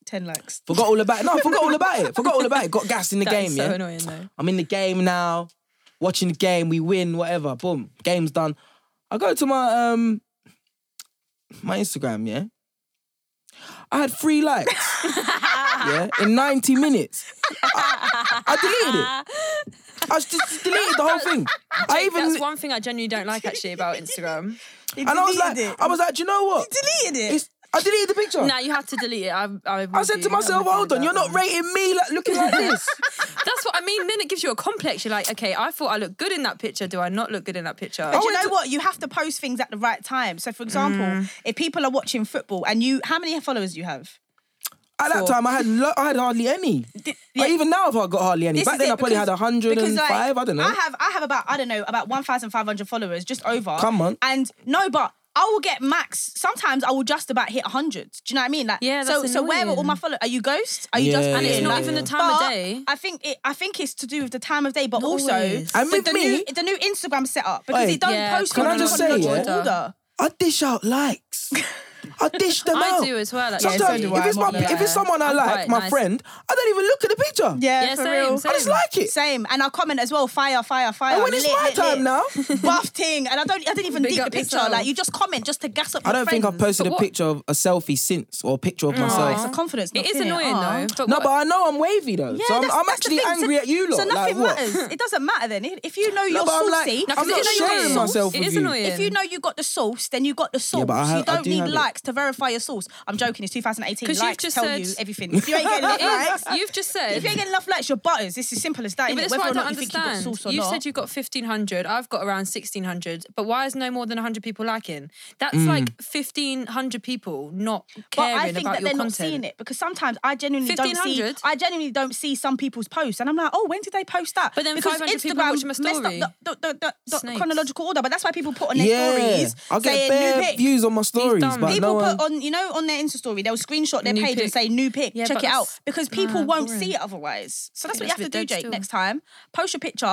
S2: ten likes.
S1: Forgot all about it. No, forgot all about it. Forgot all about it. Got gassed in the
S3: That
S1: game,
S3: is so
S1: yeah.
S3: annoying though.
S1: I'm in the game now, watching the game, we win, whatever. Boom, game's done. I go to my um my Instagram, yeah. I had three likes, yeah, in 90 minutes. I, I deleted it. I just- just deleted the whole thing. I even
S3: That's one thing I genuinely don't like actually about Instagram.
S1: and I was like, I was like, do you know what?
S2: deleted it.
S1: It's, I deleted the picture.
S3: now you have to delete it. I, I,
S1: I said to myself, hold on, you're not
S3: ready.
S1: rating me like looking like this.
S3: That's what I mean. Then it gives you a complex. You're like, okay, I thought I looked good in that picture. Do I not look good in that picture?
S1: Oh,
S2: But you know what? You have to post things at the right time. So, for example,
S1: Mm.
S2: if people are watching football and you, how many followers do you have?
S1: At that
S3: Four.
S1: time, I had lo- I had hardly any.
S2: yeah.
S1: Like, even now, I've got hardly any.
S2: This
S1: Back
S2: is
S1: then,
S2: it,
S1: I probably
S2: because-
S1: had hundred
S2: because,
S1: and
S2: like,
S1: Um, five. I don't know.
S2: I have, I have about, I don't know, about one thousand five hundred followers, just over.
S1: Come on.
S2: And no, but. I will get max. Sometimes I will just about hit hundred. Do you know what I mean? Like,
S3: Yeah,
S2: so
S3: that's
S2: so where are all
S3: annoying.
S2: my followers? Are you ghosts? Are you just?
S1: Yeah, And
S3: it's
S1: yeah,
S3: not
S1: yeah,
S3: even
S1: yeah.
S3: the time
S2: But
S3: of day.
S2: I think it. I think it's to do with the time of day, but also
S3: always.
S1: And
S2: the,
S1: with
S2: the
S1: me-
S2: new the new Instagram setup because
S1: Wait.
S2: it don't
S3: Yeah,
S2: post.
S1: can I
S2: on a
S1: just say,
S2: chronological
S1: yeah?
S2: order.
S1: I dish out likes. I dish them
S3: I
S1: out.
S3: do as well. actually.
S2: Yeah, so
S1: Sometimes
S2: do
S1: if
S2: I.
S1: it's
S2: I'm
S1: my,
S2: on
S1: if it's
S2: there.
S1: someone I
S3: I'm
S1: like,
S3: quite
S1: my
S3: nice.
S1: friend, I don't even look at the picture.
S2: Yeah,
S3: Yeah,
S2: for
S3: same,
S2: real.
S1: I just
S3: same.
S1: like it. Oh,
S2: Same, and I comment as well. Fire, fire, fire.
S1: And when it's
S2: lit,
S1: my
S2: lit,
S1: time
S2: lit.
S1: now,
S2: buff thing, and I don't, I didn't even
S3: Big
S2: dig the
S3: up
S2: picture.
S3: yourself.
S2: Like you just comment just to gas up.
S1: I don't think I've posted
S3: But
S1: a
S3: what-
S1: picture of a selfie since or a picture of myself.
S2: It's a confidence.
S3: It
S2: knock,
S3: is
S2: innit?
S3: annoying
S2: Aw.
S3: though. But
S1: No,
S3: what-
S1: but I know I'm wavy though, so I'm,
S2: that's-
S1: I'm
S2: that's the
S1: actually
S2: thing. So-
S1: angry at you lot.
S2: So nothing
S1: like, what?
S2: matters. It doesn't matter then. If if you know you're
S1: but I'm like-
S2: saucy,
S1: No, 'cause
S2: if
S1: I'm
S2: you
S1: not
S2: know you're
S1: sharing
S2: sauce-
S1: myself
S3: It
S1: with
S3: is
S1: you.
S3: annoying.
S2: If you know you got the sauce, then you got the sauce.
S1: but I ha-
S2: you
S1: I
S2: don't
S1: do
S2: need
S1: have it.
S2: likes to verify your sauce. I'm joking. It's 2018.
S3: 'Cause
S2: Likes
S3: you've just
S2: tell
S3: said-
S2: you everything. If you ain't getting enough likes,
S3: It is. You've just said.
S2: if you ain't getting enough likes, your butters. It's as simple as that.
S3: Yeah, but
S2: innit?
S3: that's
S2: Whether
S3: what I
S2: or
S3: don't
S2: not you think you got
S3: understand.
S2: sauce or
S3: You
S2: not.
S3: said you got fifteen hundred. I've got around sixteen hundred. But why is no more than hundred people liking? That's like fifteen hundred people not
S2: Mm. but
S3: caring
S2: I think
S3: about
S2: that
S3: your
S2: they're not
S3: content.
S2: seeing it because sometimes I genuinely don't see.
S3: 1500?
S2: I genuinely don't see some people's posts, and I'm like, oh, when did they post that?
S3: But then
S2: because
S3: 500 people
S2: Instagram
S3: watching my
S2: messed
S3: story.
S2: up the, the, the, the, the
S3: Snakes.
S2: chronological order, but that's why people put on their
S1: Yeah,
S2: stories
S1: I get
S2: saying new
S1: bare
S2: pic.
S1: views on my stories,
S3: dumb.
S1: but no
S2: People
S1: one.
S2: put on, you know, on their Insta story, they'll screenshot their
S3: New
S2: page and
S3: pic.
S2: say new pic.
S3: Yeah,
S2: Check
S3: but
S2: it out
S3: that's-
S2: because people
S3: nah,
S2: won't
S3: boring.
S2: see it otherwise. So that's what you
S3: think
S2: have to
S3: that's
S2: do,
S3: a bit dead
S2: Jake.
S3: still.
S2: Next time, post your picture,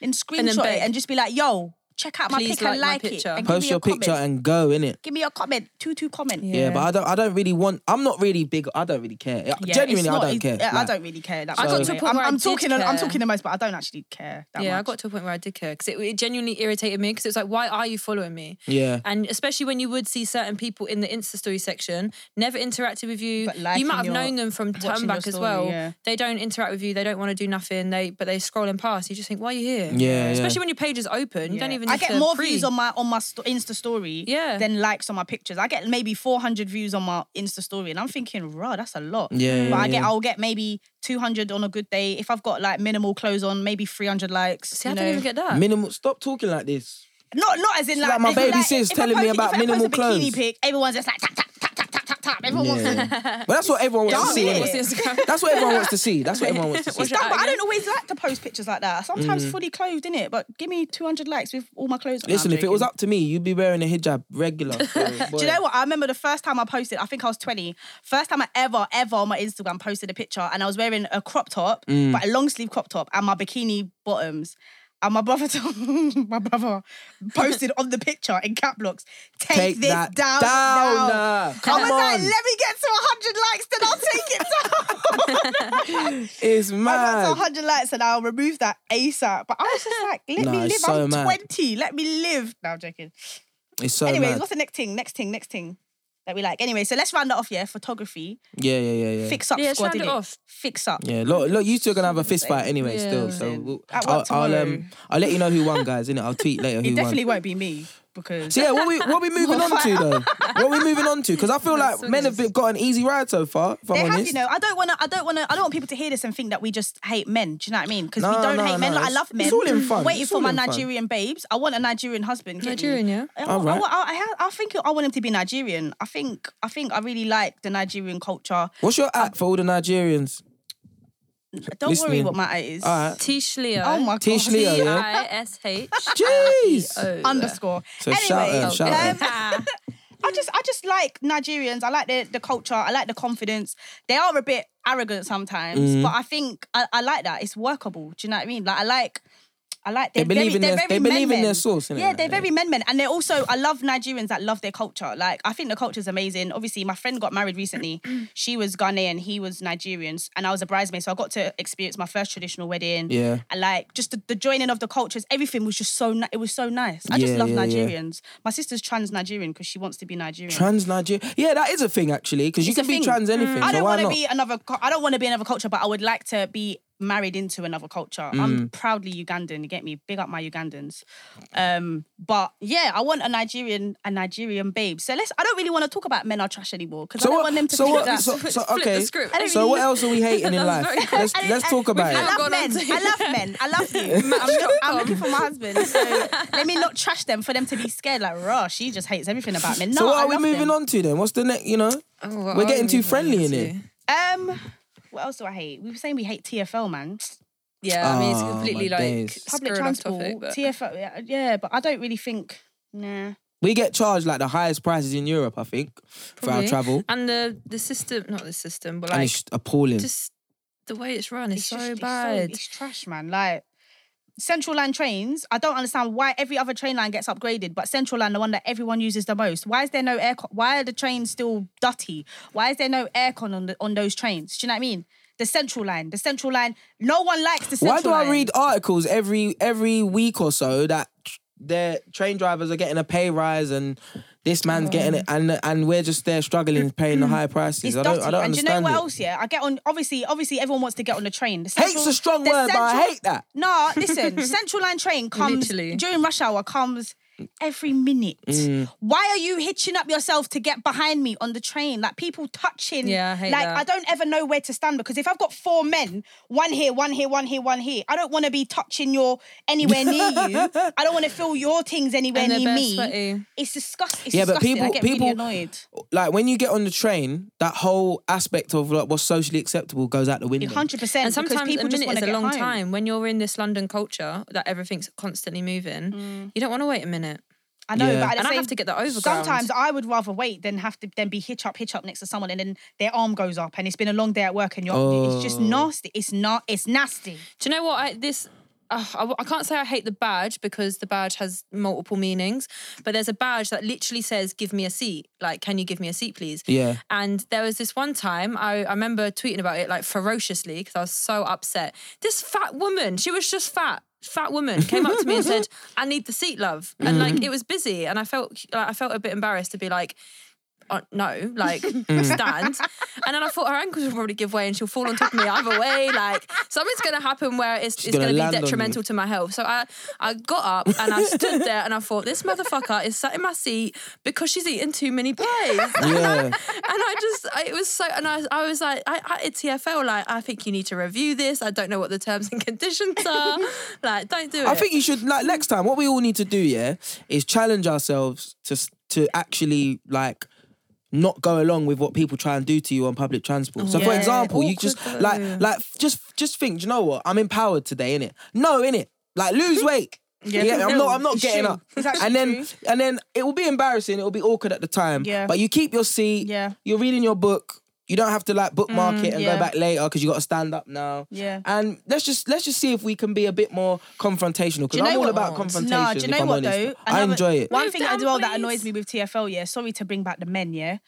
S2: then
S3: then
S2: screenshot it,
S3: beg.
S2: and just be like, yo, check out my
S3: Please
S2: pic and
S3: like my
S2: like it.
S3: picture.
S2: and give
S1: Post
S2: me
S1: your
S2: a comment.
S1: picture and go in it.
S2: Give me a comment, two two comment.
S1: Yeah. but I don't. I don't really want. I'm not really big. I don't really care.
S2: Yeah,
S1: Genuinely,
S2: it's not-
S1: I don't
S2: it-
S1: care.
S2: yeah, I
S1: Like,
S2: don't really care. That
S3: I
S2: much.
S3: got to a point
S2: I'm,
S3: where I
S2: I'm
S3: did
S2: talking. the- I'm
S3: care.
S2: talking the most, but I don't actually care. That
S3: Yeah, I
S2: much.
S3: got to a point where I did care because it, it genuinely irritated me because it was like, why are you following me?
S1: Yeah.
S3: And especially when you would see certain people in the Insta story section, never interacted with you.
S2: But
S3: you
S2: liking
S3: might have
S2: your-
S3: known them from
S2: watching
S3: time
S2: your
S3: back as
S2: story,
S3: well.
S2: yeah.
S3: They don't interact with you. They don't want to do nothing. They but they scroll and pass. You just think, why are you here?
S1: Yeah, yeah.
S3: Especially when your page is open, you don't
S2: Yeah.
S3: even.
S2: I
S3: need
S2: get
S3: to
S2: more
S3: pre-
S2: views on my on my sto- Insta story
S3: Yeah.
S2: than likes on my pictures. I get maybe 400 views on my Insta story, and I'm thinking, rah, that's a lot.
S1: Yeah,
S2: but I
S1: yeah,
S2: get
S1: yeah.
S2: I'll get maybe 200 on a good day if I've got like minimal clothes on, maybe 300 likes.
S3: See,
S2: you
S3: I
S2: know.
S3: didn't even get that.
S1: Minimal. Stop talking like this.
S2: Not not as in like,
S1: like my
S2: if you
S1: baby sis
S2: if I
S1: telling
S2: post-
S1: me
S2: if
S1: about
S2: I post a
S1: minimal
S2: bikini
S1: clothes.
S2: Pic, everyone's just like tap tap tap tap tap tap tap. Everyone wants to.
S1: Yeah. but that's what everyone wants to
S2: Dumb,
S1: see. innit?
S2: innit?
S3: What's Instagram?
S1: That's what everyone wants to see. That's what everyone wants to see.
S3: What's
S2: Dumb,
S3: that,
S2: but I
S3: yeah?
S2: don't always like to post pictures like that. Sometimes fully clothed in it, but give me 200 likes with all my clothes. on.
S1: Mm. Listen,
S2: I'm
S1: if it was
S2: joking.
S1: up to me, you'd be wearing a hijab regular.
S2: Do you know what? I remember the first time I posted, I think I was 20. First time I ever, ever on my Instagram posted a picture and I was wearing a crop top,
S1: Mm.
S2: but a long sleeve crop top and my bikini bottoms. And my brother, told, my brother posted on the picture in cap blocks, take,
S1: Take
S2: this
S1: that
S2: down,
S1: down,
S2: now."
S1: uh, come
S2: I was like,
S1: on.
S2: let me get to 100 likes, then I'll take it down.
S1: It's
S2: I got to
S1: mad.
S2: 100 likes and I'll remove that ASAP. But I was just like, let
S1: Nah,
S2: me live.
S1: it's so
S2: I'm
S1: mad.
S2: 20. Let me live. Now I'm joking.
S1: It's so
S2: Anyways,
S1: mad.
S2: what's the next thing? Next thing, next thing that we like. Anyway, so let's round it off, yeah. Photography.
S1: Yeah, yeah, yeah, yeah.
S2: Fix up
S3: Yeah,
S2: squad,
S3: round it
S2: innit?
S3: off.
S2: Fix up.
S1: Yeah, look, look, you two are gonna have a fist
S2: Same.
S1: fight anyway, still.
S3: Yeah.
S1: So we'll,
S2: At
S1: I'll,
S2: work
S1: I'll,
S2: tomorrow.
S1: um, I'll let you know who won, guys. Innit? I'll tweet later who
S2: It definitely
S1: won.
S2: won't be me because
S1: So yeah, what we what we moving on to though? What we moving on to? Because I feel like men have been, got an easy ride so far. If
S2: they
S1: I'm
S2: have,
S1: honest,
S2: you know. I don't want to. I don't want to. I don't want people to hear this and think that we just hate men. Do you know what I mean? Because we
S1: No,
S2: don't
S1: no,
S2: hate men.
S1: no,
S2: Like I
S1: it's-
S2: love men.
S1: it's all in fun.
S2: Waiting
S1: It's
S2: for
S1: all
S2: my
S1: in fun.
S2: Nigerian babes. I want a Nigerian husband. get me?
S3: Nigerian, yeah?
S2: I,
S1: All right.
S2: I, I, I, I think I want him to be Nigerian. I think. I think I really like the Nigerian culture.
S1: what's your app for all the Nigerians?
S2: Don't worry
S1: Listening.
S2: what my it is.
S1: All right,
S3: Tish Leo.
S2: Oh my
S1: Tish
S2: god.
S1: Leo, yeah?
S3: T-I-S-H.
S1: Jeez.
S3: E O.
S2: Underscore.
S1: So
S2: anyway, um,
S1: shout out, shout out.
S2: I just I just like Nigerians. I like the, the culture. I like the confidence. They are a bit arrogant sometimes,
S1: Mm.
S2: but I think I, I like that. It's workable. Do you know what I mean? Like I like I like they're
S1: believe
S2: very,
S1: in
S2: they're
S1: their- they
S2: very
S1: believe in
S2: men-men.
S1: their source, innit?
S2: Yeah, they're
S1: Like,
S2: very men men, and they're also I love Nigerians that love their culture. Like I think the culture is amazing. Obviously, my friend got married recently. she was Ghanaian, he was Nigerian, and I was a bridesmaid, so I got to experience my first traditional wedding.
S1: Yeah.
S2: and like just the, the joining of the cultures, everything was just so ni- it was so nice. I just
S1: Yeah,
S2: love
S1: yeah, yeah.
S2: Nigerians. My sister's trans Nigerian because she wants to be Nigerian.
S1: Trans Nigerian. Yeah, that is a thing actually, because you
S2: It's a
S1: can be
S2: thing. Mm.
S1: trans anything.
S2: I
S1: so
S2: don't
S1: why
S2: want to
S1: not?
S2: be another. cu- I don't want to be another culture, but I would like to be married into another culture.
S1: Mm.
S2: I'm proudly Ugandan. You get me? Big up my Ugandans. Um, but yeah, I want a Nigerian, a Nigerian babe. So let's. I don't really want to talk about men are trash anymore because I
S1: so
S2: don't
S1: what?
S2: want them to
S1: so
S2: think
S1: what?
S2: that.
S1: So, so
S3: Flip the
S1: okay.
S3: script.
S2: I don't
S1: So
S2: really-
S1: what else are we hating in
S3: That was
S1: life?
S3: very quick.
S1: Let's
S2: I don't-
S1: let's talk about
S3: not
S1: it.
S2: I
S3: gone
S2: love
S3: on
S2: men.
S3: to-
S2: I love men. I love you. I'm, look- I'm looking for my husband. So let me not trash them for them to be scared. Like, raw, she just hates everything about men. No,
S1: So what
S2: I
S1: are we
S2: love
S1: moving
S2: them.
S1: on to then? What's the next? You know,
S3: Oh,
S1: we're getting too friendly in it.
S2: Um, what else do I hate? We were saying we hate TFL, man.
S3: Yeah, I mean, it's
S1: Oh,
S3: completely
S1: my
S3: like
S1: days.
S2: public
S3: screwing off
S2: transport,
S3: topic, but-
S2: TFL, yeah, yeah, but I don't really think, nah.
S1: We get charged like the highest prices in Europe, I think, for our
S3: Probably.
S1: travel,
S3: And the the system, not the system, but
S1: and
S3: like
S1: it's appalling.
S3: just the way it's run is so
S2: just-
S3: bad.
S2: It's, trash, man. Like, Central Line trains, I don't understand why every other train line gets upgraded, but Central Line, the one that everyone uses the most, why is there no aircon? Why are the trains still dutty? Why is there no aircon on the, on those trains? Do you know what I mean? The Central Line, the Central Line, no one likes the Central
S1: Why do
S2: Line.
S1: I read articles every every week or so that tr- their train drivers are getting a pay rise and this man's getting it and and we're just there struggling paying the high prices.
S2: Mm-hmm. It's
S1: I don't
S2: dotty.
S1: I don't
S2: and do you
S1: understand
S2: know what
S1: it.
S2: else? Yeah, I get on. Obviously, obviously, everyone wants to get on the train. The
S1: Hate's a strong
S2: the
S1: word, but I
S2: central-
S1: hate that.
S2: Nah, listen. Central Line train comes
S3: Literally.
S2: during rush hour. Comes every minute.
S1: Mm.
S2: Why are you hitching up yourself to get behind me on the train? Like people touching.
S3: Yeah, I hate
S2: like
S3: that.
S2: I don't ever know where to stand because if I've got four men, one here, one here, one here, one here, I don't want to be touching your anywhere near you. I don't want to feel your things anywhere
S3: And they're
S2: near
S3: bare
S2: me.
S3: sweaty.
S2: It's disgusting. It's
S1: Yeah, but
S2: disgusting. I
S1: people-
S2: get
S1: people-
S2: really annoyed.
S1: Like when you get on the train, that whole aspect of like what's socially acceptable goes out the window.
S2: Hundred percent.
S3: And sometimes
S2: because people
S3: a
S2: just
S3: minute
S2: want
S3: is
S2: to
S3: a
S2: get
S3: long
S2: home.
S3: time. When you're in this London culture that everything's constantly moving,
S2: Mm.
S3: you don't want to wait a minute.
S2: I know,
S1: Yeah.
S2: but at the
S3: And I
S2: same,
S3: have to get the overground.
S2: Sometimes I would rather wait than have to then be hitch up, hitch up next to someone, and then their arm goes up, and it's been a long day at work, and you're it's just nasty. It's not. It's nasty.
S3: Do you know what? I, this ugh, I, I can't say I hate the badge because the badge has multiple meanings, but there's a badge that literally says "Give me a seat." Like, can you give me a seat, please?
S1: Yeah.
S3: And there was this one time I, I remember tweeting about it like ferociously because I was so upset. This fat woman, she was just fat. Fat woman came up to me and said, "I need the seat, love." And like it was busy, and I felt like, I felt a bit embarrassed to be like, uh, no, like
S1: Mm.
S3: stand. And then I thought her ankles will probably give way and she'll fall on top of me either way. Like something's gonna happen where it's, it's
S1: gonna
S3: gonna,
S1: land
S3: be
S1: on
S3: detrimental
S1: you.
S3: to my health. So I I got up and I stood there and I thought this motherfucker is sat in my seat because she's eating too many pies.
S1: Yeah.
S3: And I just, I, it was so, and I, I was like, I, I, at TFL, like, I think you need to review this. I don't know what the terms and conditions are. like, don't do it.
S1: I think you should like next time. What we all need to do, yeah, is challenge ourselves to s- to actually like not go along with what people try and do to you on public transport. So, for
S3: Yeah.
S1: example, you just
S3: Awkward
S1: like
S3: though.
S1: like just just think. Do you know what? I'm empowered today, innit? No, innit? Like lose weight. Yeah, I'm not. I'm not
S2: it's
S1: getting
S2: true.
S1: up.
S2: It's actually
S1: And then,
S2: true.
S1: and then it will be embarrassing. It will be awkward at the time.
S2: Yeah.
S1: But you keep your seat.
S2: Yeah. Mm,
S1: You're reading your book. You don't have to like bookmark it and
S2: yeah.
S1: go back later because you got to stand up now.
S2: Yeah.
S1: And let's just let's just see if we can be a bit more confrontational
S2: Do
S1: because
S2: you know
S1: I'm all
S2: what?
S1: about confrontation.
S2: Nah, do you know
S1: if I'm
S2: what
S1: honest.
S2: though?
S1: I
S2: Another-
S1: enjoy it.
S2: One
S3: Move
S2: thing I
S3: down,
S2: do well that
S3: please.
S2: annoys me with TFL, yeah. Sorry to bring back the men, yeah.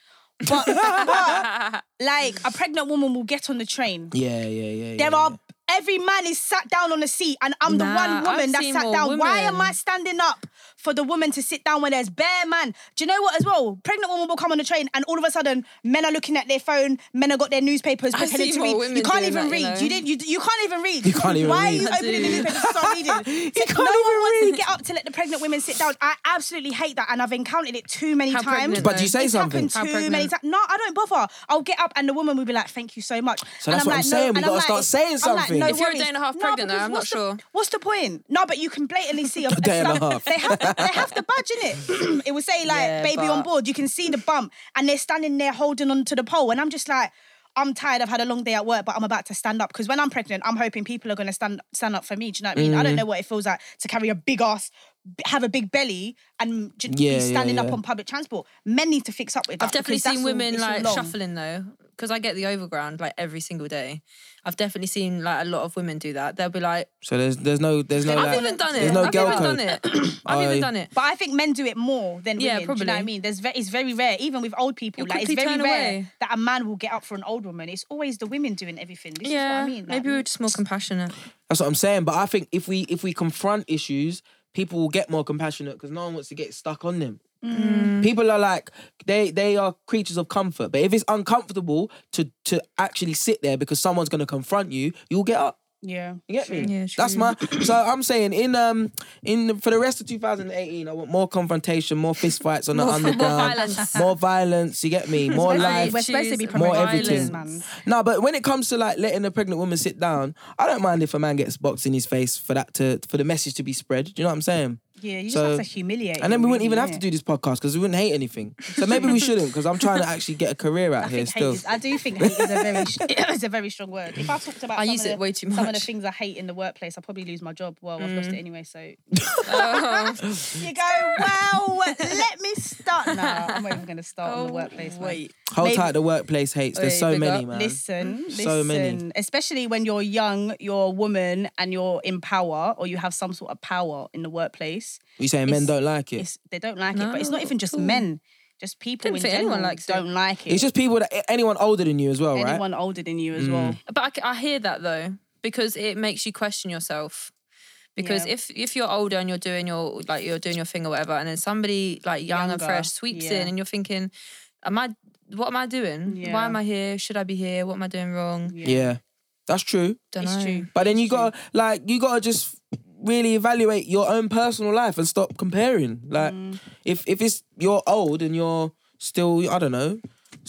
S2: But, but like a pregnant woman will get on the train.
S1: Yeah, yeah, yeah.
S2: There
S1: yeah,
S2: are every man is sat down on a seat, and I'm the
S3: Nah,
S2: one woman
S3: I've
S2: that
S3: seen
S2: sat
S3: more
S2: down. Why am I
S3: women.
S2: standing up for the woman to sit down when there's bare man? Do you know what? As well, pregnant woman will come on the train, and all of a sudden, men are looking at their phone. Men have got their newspapers
S3: I
S2: pretending
S3: see
S2: to
S3: more
S2: read.
S3: women
S2: you can't
S3: doing
S2: even
S3: that,
S2: read.
S3: you
S2: You,
S3: know.
S2: didn't. You, you can't even read.
S1: You can't even
S2: Why
S1: read.
S2: are you
S3: I
S2: opening the
S3: do.
S2: newspaper to start reading?
S1: You
S2: So
S1: can't
S2: no one
S1: even
S2: wants
S1: read.
S2: to get up to let the pregnant women sit down. I absolutely hate that, and I've encountered it too many
S3: How
S2: times.
S3: pregnant,
S1: But you
S3: though.
S1: say
S2: It's
S1: something.
S2: happened
S3: How
S2: too many
S3: pregnant?
S2: times. No, I don't bother. I'll get up and the woman will be like, "Thank you so much."
S1: So
S2: and
S1: that's what I'm saying, we
S2: and
S1: gotta
S2: I'm
S1: start saying
S2: I'm
S1: something.
S2: no
S1: If
S3: you're a
S2: worries.
S3: day and a half
S2: No,
S3: pregnant, though,
S2: because
S3: I'm not
S2: what's the-
S3: sure.
S2: what's the point? No, but you can blatantly see a
S1: Day and a
S2: like,
S1: half.
S2: They have, they have the badge in it. It will say like
S3: Yeah,
S2: "baby on
S3: but-
S2: board." You can see the bump, and they're standing there holding on to the pole, and I'm just like. I'm tired. I've had a long day at work, but I'm about to stand up because when I'm pregnant, I'm hoping people are going to stand stand up for me. Do you know what I mean? I don't
S1: Mm.
S2: know what it feels like to carry a big ass, b- have a big belly, and j-
S1: Yeah,
S2: be
S1: yeah,
S2: standing up
S1: yeah.
S2: on public transport. Men need to fix up with that.
S3: I've definitely
S2: because that's
S3: seen
S2: all-
S3: women
S2: it's all
S3: like
S2: long.
S3: shuffling though, because I get the overground like every single day. I've definitely seen like a lot of women do that. They'll be like,
S1: So there's there's no there's no.
S3: I've
S1: like,
S3: even done
S1: There's
S3: it.
S1: no
S3: I've
S1: girl
S3: even
S1: code.
S3: done it. I've
S1: I-
S3: even done it.
S2: But I think men do it more than
S3: Yeah,
S2: women. Do you know what I
S3: probably.
S2: mean? There's ve- it's very rare, even with old people.
S3: You'll
S2: like it's
S3: quickly
S2: very
S3: turn
S2: rare
S3: away.
S2: that a man will get up for an old woman. It's always the women doing everything. This
S3: yeah,
S2: is what I mean. Like,
S3: maybe we we're just more compassionate.
S1: That's what I'm saying. But I think if we if we confront issues, people will get more compassionate because no one wants to get stuck on them.
S2: Mm.
S1: People are like they they are creatures of comfort. But if it's uncomfortable to to actually sit there because someone's going to confront you, you'll get up.
S2: yeah.
S1: You get me?
S3: Yeah,
S1: That's
S3: true.
S1: my. So I'm saying in um in the, for the rest of 2018, I want more confrontation, more fist fights on the
S3: More- more
S1: underground,
S3: violence.
S1: more violence. You get me? More
S2: We're
S1: life.
S2: supposed to- we're supposed to be
S3: More
S2: promoting
S1: everything.
S2: man.
S1: No, but when it comes to like letting a pregnant woman sit down, I don't mind if a man gets boxed in his face for that to for the message to be spread. Do you know what I'm saying?
S2: Yeah, you just
S1: So-
S2: have to humiliate.
S1: And then we
S2: them,
S1: wouldn't even
S2: really,
S1: have to
S2: innit?
S1: do this podcast because we wouldn't hate anything. So maybe we shouldn't because I'm trying to actually get a career out
S2: I
S1: here
S2: think hate
S1: still.
S2: is, I do think hate is a very is a very strong word. If I talked about
S3: I
S2: some
S3: use
S2: of
S3: it
S2: the,
S3: way too
S2: some of the
S3: much. Mm.
S2: things I hate in the workplace, I'll probably lose my job. Well, I've lost it anyway, so
S3: Oh,
S2: you go. Well, let me start. No, I'm not even going to start on the workplace. man.
S3: Oh, wait.
S1: Hold
S2: Maybe-
S1: tight the workplace hates. There's
S3: Wait,
S1: so
S3: big
S1: many,
S3: up.
S1: man.
S2: Listen,
S3: Mm,
S2: listen.
S1: So many.
S2: Especially when you're young, you're a woman, and you're in power, or you have some sort of power in the workplace.
S1: You saying men
S2: It's-
S1: don't like it? It's,
S2: It's, they don't like it, but it's not
S3: No,
S2: even just
S3: cool.
S2: men. Just people
S3: Don't
S2: in
S3: think anyone
S2: general
S3: likes it.
S2: don't like it.
S1: just people that anyone older than you as well, right?
S2: anyone older than you as well.
S3: But I c- I, hear that though because it makes you question yourself. Because
S2: Yeah.
S3: if if you're older and you're doing your like you're doing your thing or whatever, and then somebody like young and
S2: Younger,
S3: fresh sweeps
S2: yeah.
S3: in, and you're thinking, "Am I? What am I doing?
S2: Yeah.
S3: Why am I here? Should I be here? What am I doing wrong?
S1: Yeah. that's true.
S3: Don't
S2: It's
S3: know.
S2: true.
S1: But then
S2: It's
S1: you
S2: true.
S1: gotta like you gotta just really evaluate your own personal life and stop comparing. Like if if it's you're old and you're still I don't know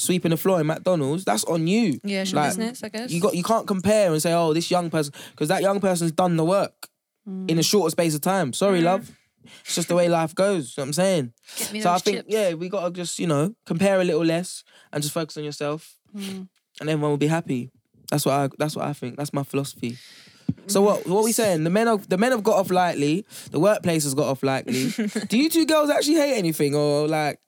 S1: sweeping the floor in McDonald's, that's on you.
S3: Yeah, it's your business, I guess.
S1: You got you can't compare and say oh this young person because that young person's done the work in
S3: Mm.
S1: a shorter space of time. Sorry, love. It's just the way life goes. You know what I'm saying.
S3: Get me
S1: so I
S3: those
S1: think
S3: chips.
S1: yeah, we gotta just you know compare a little less and just focus on yourself,
S3: Mm.
S1: and everyone will be happy. That's what I. That's what I think. That's my philosophy.
S3: Mm.
S1: So what? What we saying? The men have the men have got off lightly. The workplace has got off lightly. Do you two girls actually hate anything or like?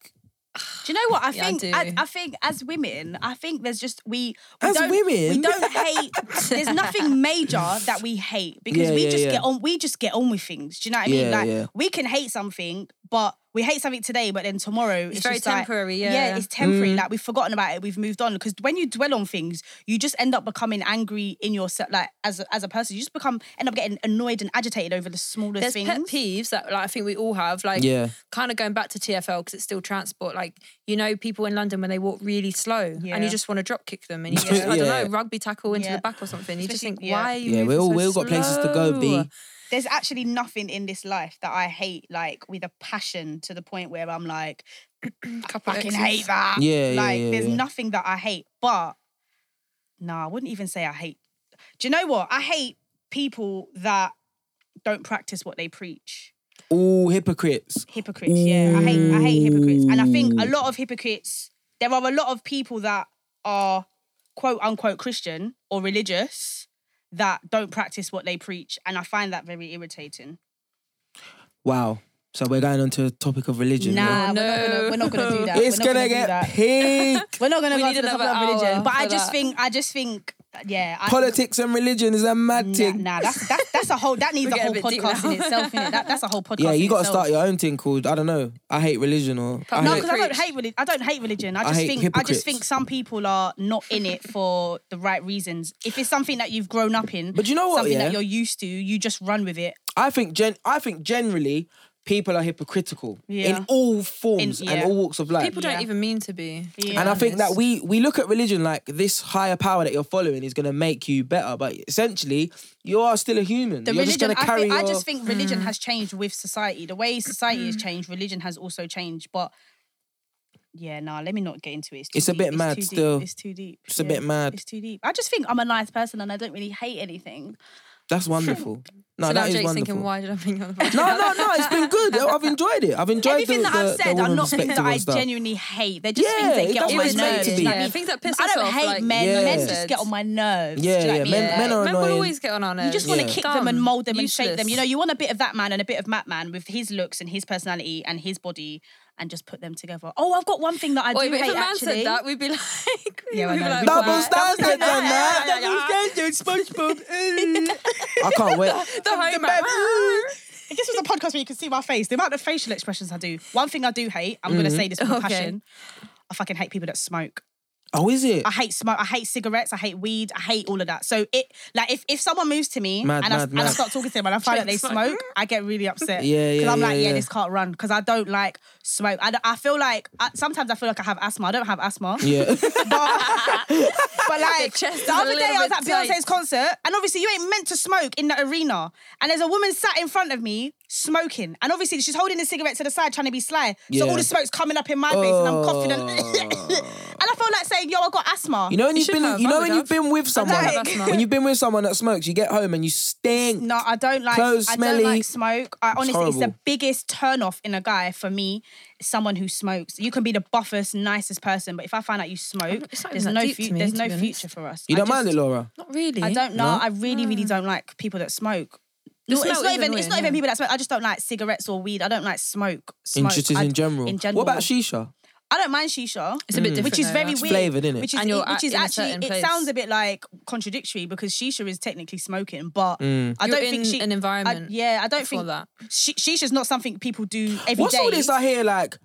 S2: Do you know what I
S3: Yeah, I
S2: think?
S3: do.
S2: I, I think as women, I think there's just we, we
S1: As
S2: don't,
S1: women?
S2: we don't hate. there's nothing major that we hate because
S1: Yeah,
S2: we
S1: yeah,
S2: just
S1: yeah.
S2: get on. We just get on with things. Do you know what I
S1: Yeah,
S2: mean? Like
S1: yeah.
S2: we can hate something, but we hate something today, but then tomorrow it's,
S3: very
S2: just like-
S3: temporary,
S2: yeah,
S3: yeah.
S2: it's temporary. Like we've forgotten about it. We've moved on because when you dwell on things, you just end up becoming angry in yourself. Like as a, as a person, you just become end up getting annoyed and agitated over the smallest
S3: There's
S2: things.
S3: pet peeves that like, I think we all have. Like,
S1: Yeah.
S3: kind of going back to TFL because it's still transport. Like, you know, people in London when they walk really slow
S2: Yeah.
S3: and you just want to drop kick them and you
S1: Yeah.
S3: just, I don't
S1: Yeah.
S3: know, rugby tackle into
S2: Yeah.
S3: the back or something. You just
S2: Especially-
S3: think,
S2: yeah.
S3: why are you?
S1: Yeah, we
S3: moving
S1: all
S3: so
S1: we all got places to go.
S3: slow?
S1: B.
S2: there's actually nothing in this life that I hate like with a passion to the point where I'm like,
S3: Couple of
S2: fucking
S3: Xs.
S2: hate that.
S1: Yeah, yeah,
S2: like
S1: yeah,
S2: there's
S1: yeah.
S2: nothing that I hate, but no, I wouldn't even say I hate. Do you know what? I hate people that don't practice what they preach.
S1: All hypocrites.
S2: Hypocrites, yeah. I hate I hate hypocrites. And I think a
S1: Mm.
S2: lot of hypocrites, there are a lot of people that are quote unquote Christian or religious that don't practice what they preach. And I find that very irritating.
S1: Wow. So we're going on to the topic of religion. yeah?
S2: Nah,
S3: know?
S2: we're, not
S3: No.
S2: gonna, we're not gonna do that.
S1: It's
S2: we're not
S1: gonna,
S2: do
S1: get
S2: that.
S1: peak.
S2: We're not gonna
S3: We
S2: go
S3: need
S2: to the
S3: another
S2: topic of religion.
S3: hour
S2: But I
S3: for
S2: just
S3: that.
S2: think, I just think, yeah, I,
S1: Politics and religion is a mad
S2: Nah,
S1: thing.
S2: nah, that's that, that's a whole that needs
S3: We're
S2: a whole
S3: getting a bit deep
S2: podcast in
S3: now.
S2: itself. Innit? That, that's a whole podcast.
S1: Yeah, you
S2: got
S1: gotta start your own thing called I don't know. I hate religion or I
S2: No,
S1: hate-
S2: because I don't
S3: Preach.
S2: hate religion. I don't hate religion. I just
S1: hate
S2: think I
S1: hypocrites.
S2: just think some people are not in it for the right reasons. If it's something that you've grown up in,
S1: But you know what,
S2: something
S1: yeah?
S2: that you're used to, you just run with it.
S1: I think gen I think generally people are hypocritical
S2: Yeah.
S1: in all forms
S2: In-
S1: and
S2: yeah.
S1: all walks of life.
S3: People don't
S2: Yeah.
S3: even mean to be. to be
S2: Yeah.
S1: and I think that
S3: honest.
S1: we we look at religion like this higher power that you're following is going to make you better, but essentially you are still a human.
S2: The
S1: you're just going
S2: religion,
S1: to
S2: I,
S1: carry Hmm.
S2: think, I
S1: your-
S2: just think religion has changed with society. The way society
S1: Mm-hmm.
S2: has changed, religion has also changed. But yeah, nah, let me not get into it. too
S1: It's a
S2: deep.
S1: bit mad
S2: too deep.
S1: still.
S2: It's too deep.
S1: It's a bit mad.
S2: It's too deep. I just think I'm a nice person and I don't really hate anything.
S1: that's wonderful. No,
S3: So now
S1: that
S3: Jake's
S1: is wonderful.
S3: thinking, why did I bring you on the podcast?
S1: No, no, no. It's been good. I've enjoyed it. I've enjoyed
S2: Everything
S1: the,
S2: that
S1: the,
S2: I've
S1: the
S2: said are
S1: woman
S2: not things that
S1: perspective
S2: I
S1: and stuff.
S2: genuinely hate. They're just
S1: Yeah,
S2: things
S1: it
S2: that get on
S1: does
S2: my
S1: what it's meant
S2: nerves.
S1: to be.
S2: Like,
S3: Yeah, things that piss
S2: I
S3: us
S2: don't
S3: off,
S2: hate
S3: like-
S2: men.
S1: Yeah.
S2: Men just get on my nerves. Do you
S1: Yeah,
S2: know what I
S1: yeah,
S2: mean?
S1: men-
S2: Like,
S1: men are
S3: men will
S1: annoying.
S3: always get on our nerves.
S2: you just want to kick them and
S3: Dumb,
S2: mold them and shape them.
S3: useless.
S2: You know, you want a bit of that man and a bit of Matt man with his looks and his personality and his body, and just put them together. Oh, I've got one thing that I
S3: Wait,
S2: do
S3: but if
S2: hate
S3: a man
S2: actually.
S3: said that, we'd be like,
S2: Yeah, I
S3: we'd be
S2: know.
S3: like,
S2: Double
S3: "Why?"
S2: standard.
S1: uh, Mm. I can't wait.
S3: The home
S2: If this was a podcast where you could see my face, the amount of facial expressions I do. One thing I do hate, I'm going to say this with
S3: Mm-hmm. Okay.
S2: passion. I fucking hate people that smoke.
S1: Oh, is it?
S2: I hate smoke. I hate cigarettes. I hate weed. I hate all of that. So it, like, if, if someone moves to me
S1: Mad,
S2: and, I,
S1: mad,
S2: and I
S1: mad.
S2: start talking to them and I find out they
S3: Jake's like,
S2: smoke, I get really upset.
S1: Yeah, yeah,
S2: Because I'm like,
S1: yeah,
S2: yeah,
S1: yeah.
S2: this can't run. Because I don't like smoke. I, don't- I feel like I, sometimes I feel like I have asthma. I don't have asthma.
S1: yeah.
S2: but, but Like
S3: chest is
S2: the
S3: a
S2: other day,
S3: little
S2: I was
S3: bit
S2: at
S3: tight.
S2: Beyonce's concert, and obviously you ain't meant to smoke in the arena. And there's a woman sat in front of me smoking, and obviously she's holding the cigarette to the side, trying to be sly. So
S1: Yeah. Oh.
S2: all the smoke's coming up in my face, and I'm coughing, and, and I felt like saying, "Yo, I got asthma."
S1: You know when
S3: You
S1: you've
S3: should
S1: been,
S3: have.
S1: you
S3: I
S1: know
S3: would
S1: when you've
S3: have.
S1: been with someone,
S2: have asthma.
S1: when you've been with someone that smokes, you get home and you stink.
S2: No, I don't like.
S1: Clothes
S2: I
S1: smelly.
S2: don't like smoke. I honestly, it's, the
S1: horrible.
S2: biggest turn off in a guy for me. is Someone who smokes. You can be the buffest, nicest person, but if I find out you smoke,
S3: it's not even
S2: there's
S3: that
S2: no
S3: deep to
S2: fu-
S3: me,
S2: there's
S3: to
S2: no
S3: be honest.
S2: future for us.
S1: You
S2: I
S1: don't mind it,
S2: just-
S1: Laura?
S3: Not really.
S2: I don't know.
S1: No?
S2: I really, really don't like people that smoke.
S3: Hmm. The
S2: No, it's
S3: smell
S2: not
S3: is
S2: even. It's
S3: annoying,
S2: not even
S3: yeah.
S2: people that smoke. I just don't like cigarettes or weed. I don't like smoke.
S1: In,
S2: smoke.
S1: just
S2: I,
S1: in general.
S2: in
S1: What
S2: general.
S1: about shisha? Hmm.
S2: I don't mind shisha.
S3: It's
S1: Mm.
S3: a bit different.
S2: Which is
S3: though,
S2: very
S3: like-
S2: weird.
S1: flavoured, innit?
S2: Which is,
S3: And you're
S2: which is
S3: in a
S2: actually,
S3: certain
S2: it
S3: place.
S2: sounds a bit like contradictory because shisha is technically smoking, but
S1: Hmm.
S2: I
S3: You're
S2: don't think
S3: in
S2: she,
S3: an
S2: I-
S3: environment
S2: yeah, I don't
S3: for
S2: think
S3: that.
S2: She, shisha's not something people do every day.
S1: What's all this I hear like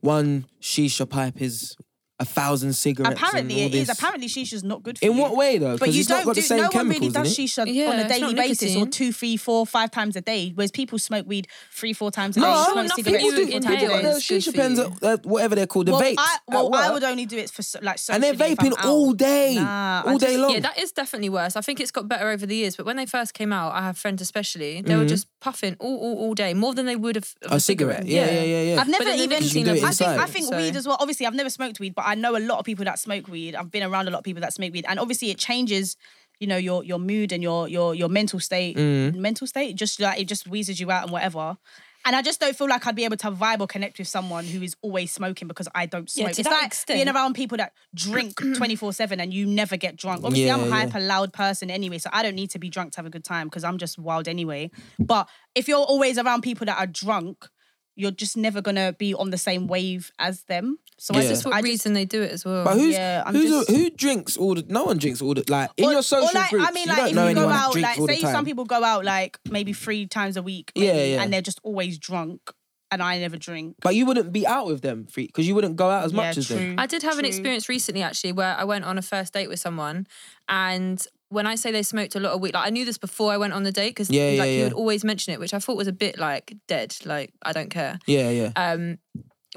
S1: one shisha pipe is a thousand cigarettes?
S2: Apparently,
S1: and all
S2: it is.
S1: this.
S2: Apparently, shisha's not good for
S1: In
S2: you.
S1: what way though?
S2: But
S1: Because
S2: you
S1: it's not
S2: don't
S1: got
S2: do.
S1: the same
S2: no one
S1: chemicals
S2: really
S1: in
S2: does
S1: it.
S2: shisha
S3: Yeah,
S2: on a
S3: it's
S2: daily
S3: not
S2: basis, or
S3: nicotine.
S2: two, three, four, five times a day. Whereas people smoke weed three, four times a
S1: No,
S2: day.
S3: Oh,
S1: I
S2: smoke
S1: don't know.
S3: nothing
S1: people
S3: you
S1: do.
S2: cigarettes.
S1: People
S3: inhale
S1: do
S3: is
S1: their
S3: good
S1: shisha
S3: for
S1: pens,
S3: you.
S1: uh, whatever they're called, the
S2: well,
S1: vapes.
S2: I,
S1: at
S2: well, I
S1: work.
S2: would only do it for so- like
S1: and they're
S2: socially if I'm
S1: vaping
S2: out.
S1: all day,
S2: Nah, I
S1: all day
S2: just-
S1: long.
S3: Yeah, that is definitely worse. I think it's got better over the years, but when they first came out, I have friends especially, they were just puffing all, all, all day, more than they would have of
S1: Mm. a cigarette. Yeah, yeah, yeah, yeah.
S2: I've never
S3: then the
S2: even.
S3: nicotine
S1: levels
S2: I
S1: is
S2: think I
S1: high,
S2: think
S3: so-
S2: weed as well. Obviously, I've never smoked weed, but I know a lot of people that smoke weed. I've been around a lot of people that smoke weed, and obviously, it changes. You know your your mood and your your your mental state. Mental state just like it just wheezes you out and whatever. And I just don't feel like I'd be able to vibe or connect with someone who is always smoking because I don't
S3: Yeah,
S2: smoke.
S3: to
S2: it's
S3: that
S2: like
S3: extent.
S2: being around people that drink 24-7 and you never get drunk. Obviously,
S1: Yeah,
S2: I'm a
S1: yeah.
S2: hyper loud person anyway, so I don't need to be drunk to have a good time because I'm just wild anyway. But if you're always around people that are drunk, you're just never gonna be on the same wave as them. So I
S1: Yeah.
S3: That's
S2: just,
S3: what
S2: I just
S3: reason they do it as well.
S1: But who's
S2: Yeah, I'm
S1: who's
S2: just-
S1: who drinks all the? No one drinks all the like in
S2: or-
S1: your
S2: or
S1: social
S2: like,
S1: groups.
S2: I mean,
S1: you
S2: like
S1: don't
S2: if
S1: know
S2: you go
S1: anyone that
S2: out,
S1: drinks
S2: like
S1: all the
S2: say
S1: time.
S2: some people go out like maybe three times a week,
S1: Yeah,
S2: maybe,
S1: yeah.
S2: and they're just always drunk, and I never drink.
S1: but you wouldn't be out with them because you wouldn't go out as much as them.
S3: I did have an
S2: True.
S3: experience recently actually where I went on a first date with someone and when I say they smoked a lot of weed, like I knew this before I went on the date because
S1: Yeah,
S3: like
S1: yeah,
S3: you
S1: yeah.
S3: would always mention it, which I thought was a bit like dead, like I don't care.
S1: Yeah, yeah.
S3: Um,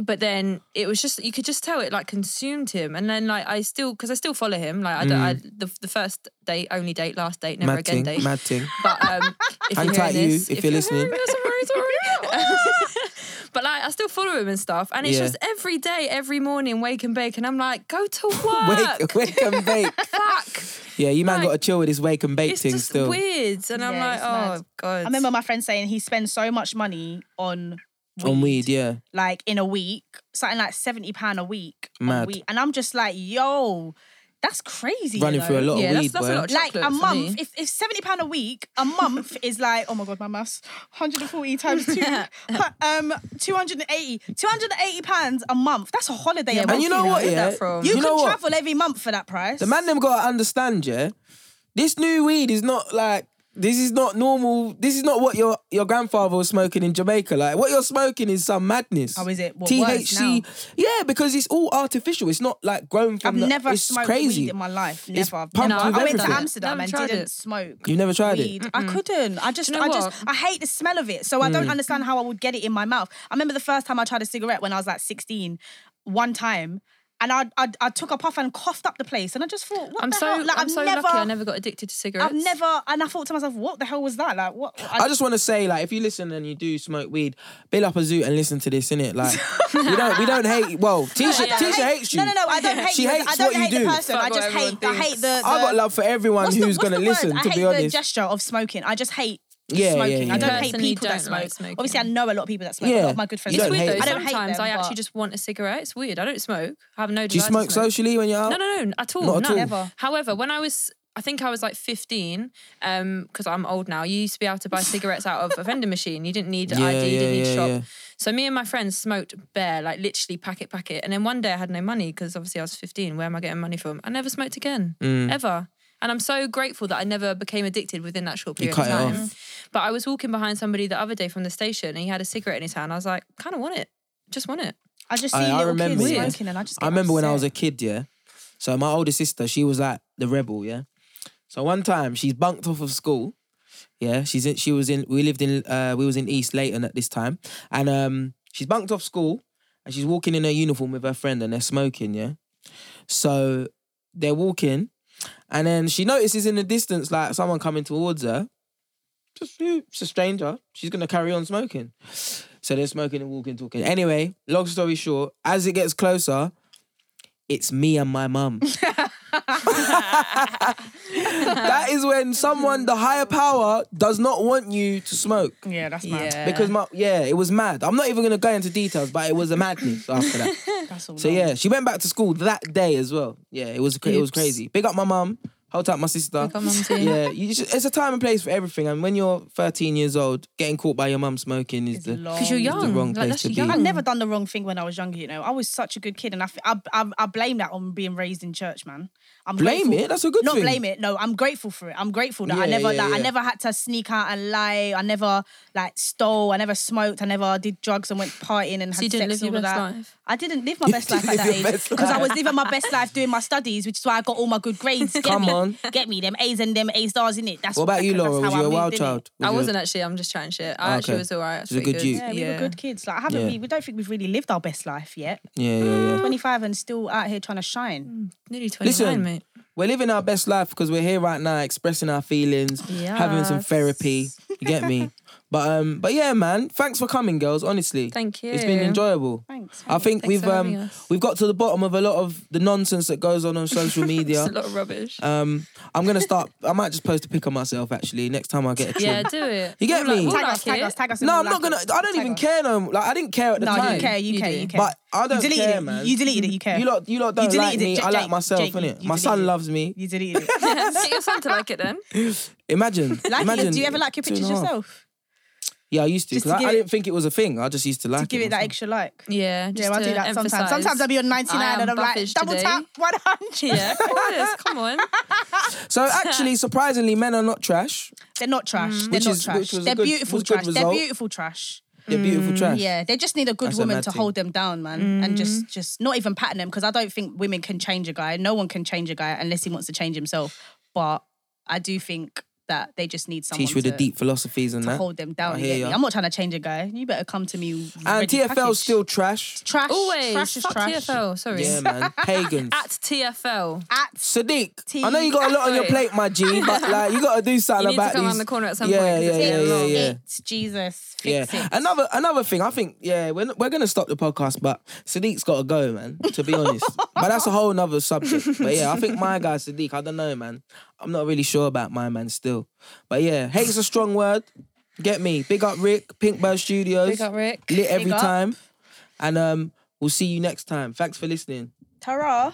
S3: but then it was just you could just tell it like consumed him, and then like I still because I still follow him. Like I, don't, I the, the first date, only date, last date, never
S1: Mm. mad
S3: again
S1: thing,
S3: date.
S1: mad thing.
S3: But um, if
S1: Hang
S3: you're
S1: tight,
S3: hearing
S1: you,
S3: this,
S1: if you're listening.
S3: hearing this, I'm very sorry. but like, I still follow him and stuff, and it's
S1: Yeah.
S3: just every day, every morning, wake and bake, and I'm like, go to work.
S1: Wake, wake and bake.
S3: Fuck.
S1: Yeah, you man
S3: Like,
S1: got to chill with this wake and bake
S3: It's
S1: thing
S3: just
S1: still.
S3: weird, and I'm
S2: Yeah,
S3: like,
S2: it's
S3: oh
S2: mad.
S3: god.
S2: I remember my friend saying he spends so much money on weed,
S1: On weed, yeah.
S2: like in a week, something like seventy pound a week, on
S1: Mad.
S2: week. and I'm just like, yo, that's crazy. you
S1: Running
S2: know?
S1: through a lot
S3: yeah,
S1: of
S3: that's-
S1: weed,
S3: that's a
S1: boy.
S3: lot of
S2: like a
S3: chocolate for
S2: month.
S3: me.
S2: If, if seventy pound a week, a month is like oh my god, my maths, hundred and forty times two, but, um, 280 280 pounds a month. That's a holiday.
S3: Yeah,
S2: a
S3: but
S2: month,
S1: And you know
S3: Where
S1: what?
S3: did
S1: Yeah,
S3: that from?
S1: you
S2: You,
S1: know
S2: can
S1: what?
S2: travel every month for that price.
S1: The man them got to understand, yeah. This new weed is not like this is not normal. This is not what your your grandfather was smoking in Jamaica. Like what you're smoking is some madness.
S2: Oh, is it? What, worse
S1: THC?
S2: now?
S1: Yeah, because it's all artificial. It's not like grown from.
S2: I've
S1: the-
S2: never
S1: it's
S2: smoked
S1: crazy.
S2: weed in my life.
S1: It's
S2: Never. I've
S1: pumped
S2: never.
S1: with
S2: I went to
S1: everything.
S2: Amsterdam
S3: Never
S2: and
S3: tried
S2: didn't
S3: it.
S2: smoke.
S1: You've never tried it?
S2: weed. I couldn't. I just,
S3: you know
S2: I just,
S3: what?
S2: I hate the smell of it. So I
S1: Mm.
S2: don't understand how I would get it in my mouth. I remember the first time I tried a cigarette when I was like 16, one time, and I, I, I took a puff and coughed up the place, and I just thought, what
S3: I'm
S2: the
S3: so
S2: hell? Like,
S3: I'm
S2: I've
S3: so
S2: never,
S3: lucky. I never got addicted to cigarettes.
S2: I've never, and I thought to myself, what the hell was that? Like, what?
S1: I just want to say, like, if you listen and you do smoke weed, bill up a zoo and listen to this, innit? Like, we don't, we don't hate. Well, Tisha,
S2: I don't
S1: Tisha
S2: hate-
S1: hates you.
S2: No, no, no. I don't hate
S1: She
S2: you.
S1: hates
S2: I don't
S1: what you
S2: hate the
S1: do.
S2: person. I
S3: Fuck what
S2: just hate.
S3: everyone
S2: I hate
S3: thinks.
S2: the.
S1: I got
S2: the-
S1: love for everyone
S2: What's the-
S1: who's
S2: what's
S1: gonna
S2: the
S1: listen.
S2: word?
S1: To
S2: I
S1: be
S2: hate
S1: honest,
S2: the gesture of smoking. I just hate
S1: Yeah, yeah,
S2: smoking. I
S1: yeah.
S2: don't
S1: You
S2: hate
S3: personally
S2: people that
S3: don't
S2: smoke.
S3: like smoking.
S2: Obviously, I know a lot of people that smoke.
S1: Yeah.
S2: A lot of my good friends.
S1: You
S3: it's
S1: don't
S3: weird
S1: hate
S3: though.
S1: it.
S2: I don't hate
S3: Sometimes
S2: them,
S3: I
S2: but-
S3: actually just want a cigarette. It's weird. I don't smoke. I have no.
S1: do you
S3: desire to
S1: smoke
S3: smoke.
S1: socially when you're out?
S3: No, no, no, at all.
S1: Not at
S3: no.
S1: all.
S2: Never.
S3: However, when I was, I think I was like 15, um, because I'm old now. You used to be able to buy cigarettes out of a vending machine. You didn't need
S1: Yeah,
S3: ID, you didn't
S1: yeah,
S3: need
S1: yeah,
S3: shop.
S1: yeah.
S3: So me and my friends smoked bare, like literally packet, packet. And then one day I had no money because obviously I was 15. Where am I getting money from? I never smoked again,
S1: Mm.
S3: ever. And I'm so grateful that I never became addicted within that short period
S1: cut
S3: of
S1: it
S3: time.
S1: off.
S3: But I was walking behind somebody the other day from the station and he had a cigarette in his hand. I was like, kind of want it. Just want it.
S2: I just see
S1: I- I
S2: little
S1: remember,
S2: kids
S1: yeah.
S2: smoking, and I just.
S1: I
S2: get
S1: remember when I was a
S2: upset.
S1: kid, yeah. So my older sister, she was like the rebel, yeah. So one time she's bunked off of school. Yeah, she's in, she was in we lived in uh we was in East Leighton at this time. And um she's bunked off school and she's walking in her uniform with her friend and they're smoking, yeah. So they're walking And then she notices in the distance, like someone coming towards her. Just, "Ooh, it's a stranger. She's gonna carry on smoking. So they're smoking and walking, talking. Anyway, long story short, as it gets closer, it's me and my mum. that is when someone, the higher power, does not want you to smoke.
S2: Yeah, that's mad.
S3: Yeah.
S1: Because my yeah, it was mad. I'm not even gonna go into details, but it was a madness after that.
S2: That's all.
S1: So
S2: mad.
S1: yeah, she went back to school that day as well. Yeah, it was it was
S2: Oops.
S1: crazy. Big up my mum. Hold up my sister.
S3: Come on, too.
S1: Yeah, you just, it's a time and place for everything. And when you're 13 years old, getting caught by your mum smoking is
S2: It's
S1: the
S2: long.
S3: Because you're young.
S1: wrong
S3: like,
S1: place
S3: that's
S1: to
S3: young.
S1: be.
S2: I've never done the wrong thing when I was younger. You know, I was such a good kid, and I, f- I, I, I blame that on being raised in church, man. I'm
S1: blame
S2: grateful-
S1: it. That's a good
S2: Not
S1: thing.
S2: blame it. No, I'm grateful for it. I'm grateful that I
S1: Yeah,
S2: never,
S1: yeah,
S2: like, I
S1: yeah.
S2: never had to sneak out and lie. I never like stole. I never smoked. I never did drugs and went partying and
S3: So
S2: had
S3: you didn't
S2: sex
S3: live
S2: and
S3: your
S2: all of
S3: best
S2: that.
S3: life.
S2: I didn't live my best life at
S1: didn't
S2: that
S1: live your
S2: age
S1: best
S2: because I was living my best life doing my studies, which is why I got all my good grades. Get
S1: Come
S2: me,
S1: on.
S2: get me them A's and them A stars in it. That's
S1: What about you,
S2: that's
S1: Laura?
S2: how
S1: Was
S2: I
S1: you a
S2: moved,
S1: wild
S2: innit?
S1: child? Was
S3: I
S1: you a-
S3: wasn't actually. I'm just chatting shit. I
S1: Oh,
S3: actually
S1: okay.
S3: was all right. I was
S1: She's a
S3: pretty
S1: good
S3: good.
S1: youth.
S2: Yeah, we were good kids. Like I haven't.
S1: Yeah.
S2: We, we don't think we've really lived our best life yet.
S1: Yeah, yeah, yeah.
S2: 25 and still out here trying to shine.
S3: Nearly 29,
S1: Listen.
S3: mate.
S1: We're living our best life because we're here right now, expressing our feelings, having some
S3: Yes.
S1: therapy. You get me? but um, but yeah, man. Thanks for coming, girls. Honestly,
S3: Thank you.
S1: it's been enjoyable.
S2: Thanks.
S1: I think
S3: Thanks
S1: we've
S3: for having
S1: um
S3: us.
S1: we've got to the bottom of a lot of the nonsense that goes on on social media.
S3: It's a lot of rubbish.
S1: Um, I'm gonna start. I might just post a pic of myself actually next time I get a
S3: yeah,
S1: trim.
S3: do it.
S1: You get
S3: We'll
S1: me?
S3: Like, we'll
S2: Tag
S3: like
S2: us, tag
S3: it.
S2: us, tag us. and
S1: No,
S2: we'll
S1: I'm not
S2: like
S1: gonna.
S2: it.
S1: I don't
S2: Tag
S1: even
S2: us.
S1: care no. more. Like I didn't care at the
S2: No,
S1: time.
S2: you care, you,
S3: You
S2: care,
S3: do.
S2: you care.
S1: But I don't
S2: you deleted
S1: care,
S2: it.
S1: man.
S2: You deleted it, you care.
S1: You lot, you lot don't
S2: deleted
S1: like
S2: it,
S1: me.
S2: Jake,
S1: I like
S2: Jake,
S1: myself,
S2: Jake, you-
S1: innit?
S2: you
S1: My son
S2: deleted it.
S1: loves me.
S2: You deleted it.
S3: Get your son to like it then.
S1: Imagine.
S2: Like
S1: imagine.
S2: it. Do you ever like your
S1: Two and a
S2: pictures
S1: half.
S2: yourself?
S1: Yeah, I used to.
S2: Just
S1: 'cause
S2: to
S1: I,
S2: give
S1: I
S2: it-
S1: didn't think it was a thing. I just used to like
S2: to give it that extra like.
S3: Yeah,
S2: Yeah,
S3: just
S2: I do
S3: to
S2: that sometimes.
S3: emphasise.
S2: Sometimes I'll be on 99
S3: I am
S2: and I'm like,
S3: buffish
S2: double
S3: today.
S2: tap 100.
S3: Yeah, of course. Come on.
S1: So actually, surprisingly, men are not trash.
S2: They're not trash.
S3: Mm.
S2: They're
S1: Which
S2: not
S1: is-
S2: trash.
S1: which was a
S2: They're
S1: good-
S2: beautiful
S1: was a good
S2: trash. They're
S1: result.
S2: beautiful trash.
S1: They're beautiful trash.
S2: Mm, Yeah, they just need a good
S1: That's a
S2: woman
S1: mad
S2: to
S1: thing.
S2: hold them down, man, and
S3: Mm.
S2: just just not even pattern them because I don't think women can change a guy. No one can change a guy unless he wants to change himself. But I do think that they just need someone
S1: Teach with
S2: to,
S1: the deep philosophies and
S2: to
S1: that.
S2: hold them down.
S1: I
S2: you
S1: hear
S2: get me?
S1: ya.
S2: I'm not trying to change a guy. You better come to me.
S1: And
S2: ready
S1: TFL's
S2: packaged.
S1: still trash.
S2: trash.
S3: Always.
S2: trash is
S3: Fuck
S2: trash.
S3: TFL. Sorry.
S1: Yeah, man. Pagans.
S3: At TFL.
S2: At
S1: Sadiq,
S2: T-
S1: I know you got a lot on your
S3: Sorry.
S1: plate, my G, but like you got to do something
S3: You need to
S1: about
S3: come
S1: these.
S3: around the corner at some
S1: yeah,
S3: point 'cause
S1: Yeah,
S3: it's
S1: yeah,
S3: getting
S1: yeah,
S3: long.
S1: yeah.
S2: it's Jesus.
S1: Yeah.
S2: Fix it.
S1: Another another thing, I think, yeah, we're, we're going to stop the podcast, but Sadiq's got to go, man, to be honest. but that's a whole nother subject. But yeah, I think my guy, Sadiq, I don't know, man. I'm not really sure about my man still. But yeah, hate's a strong word. Get me. Big up Rick, Pinkbird Studios.
S3: Big up, Rick.
S1: Lit every
S2: up.
S1: time. And um, we'll see you next time. Thanks for listening.
S2: Tara.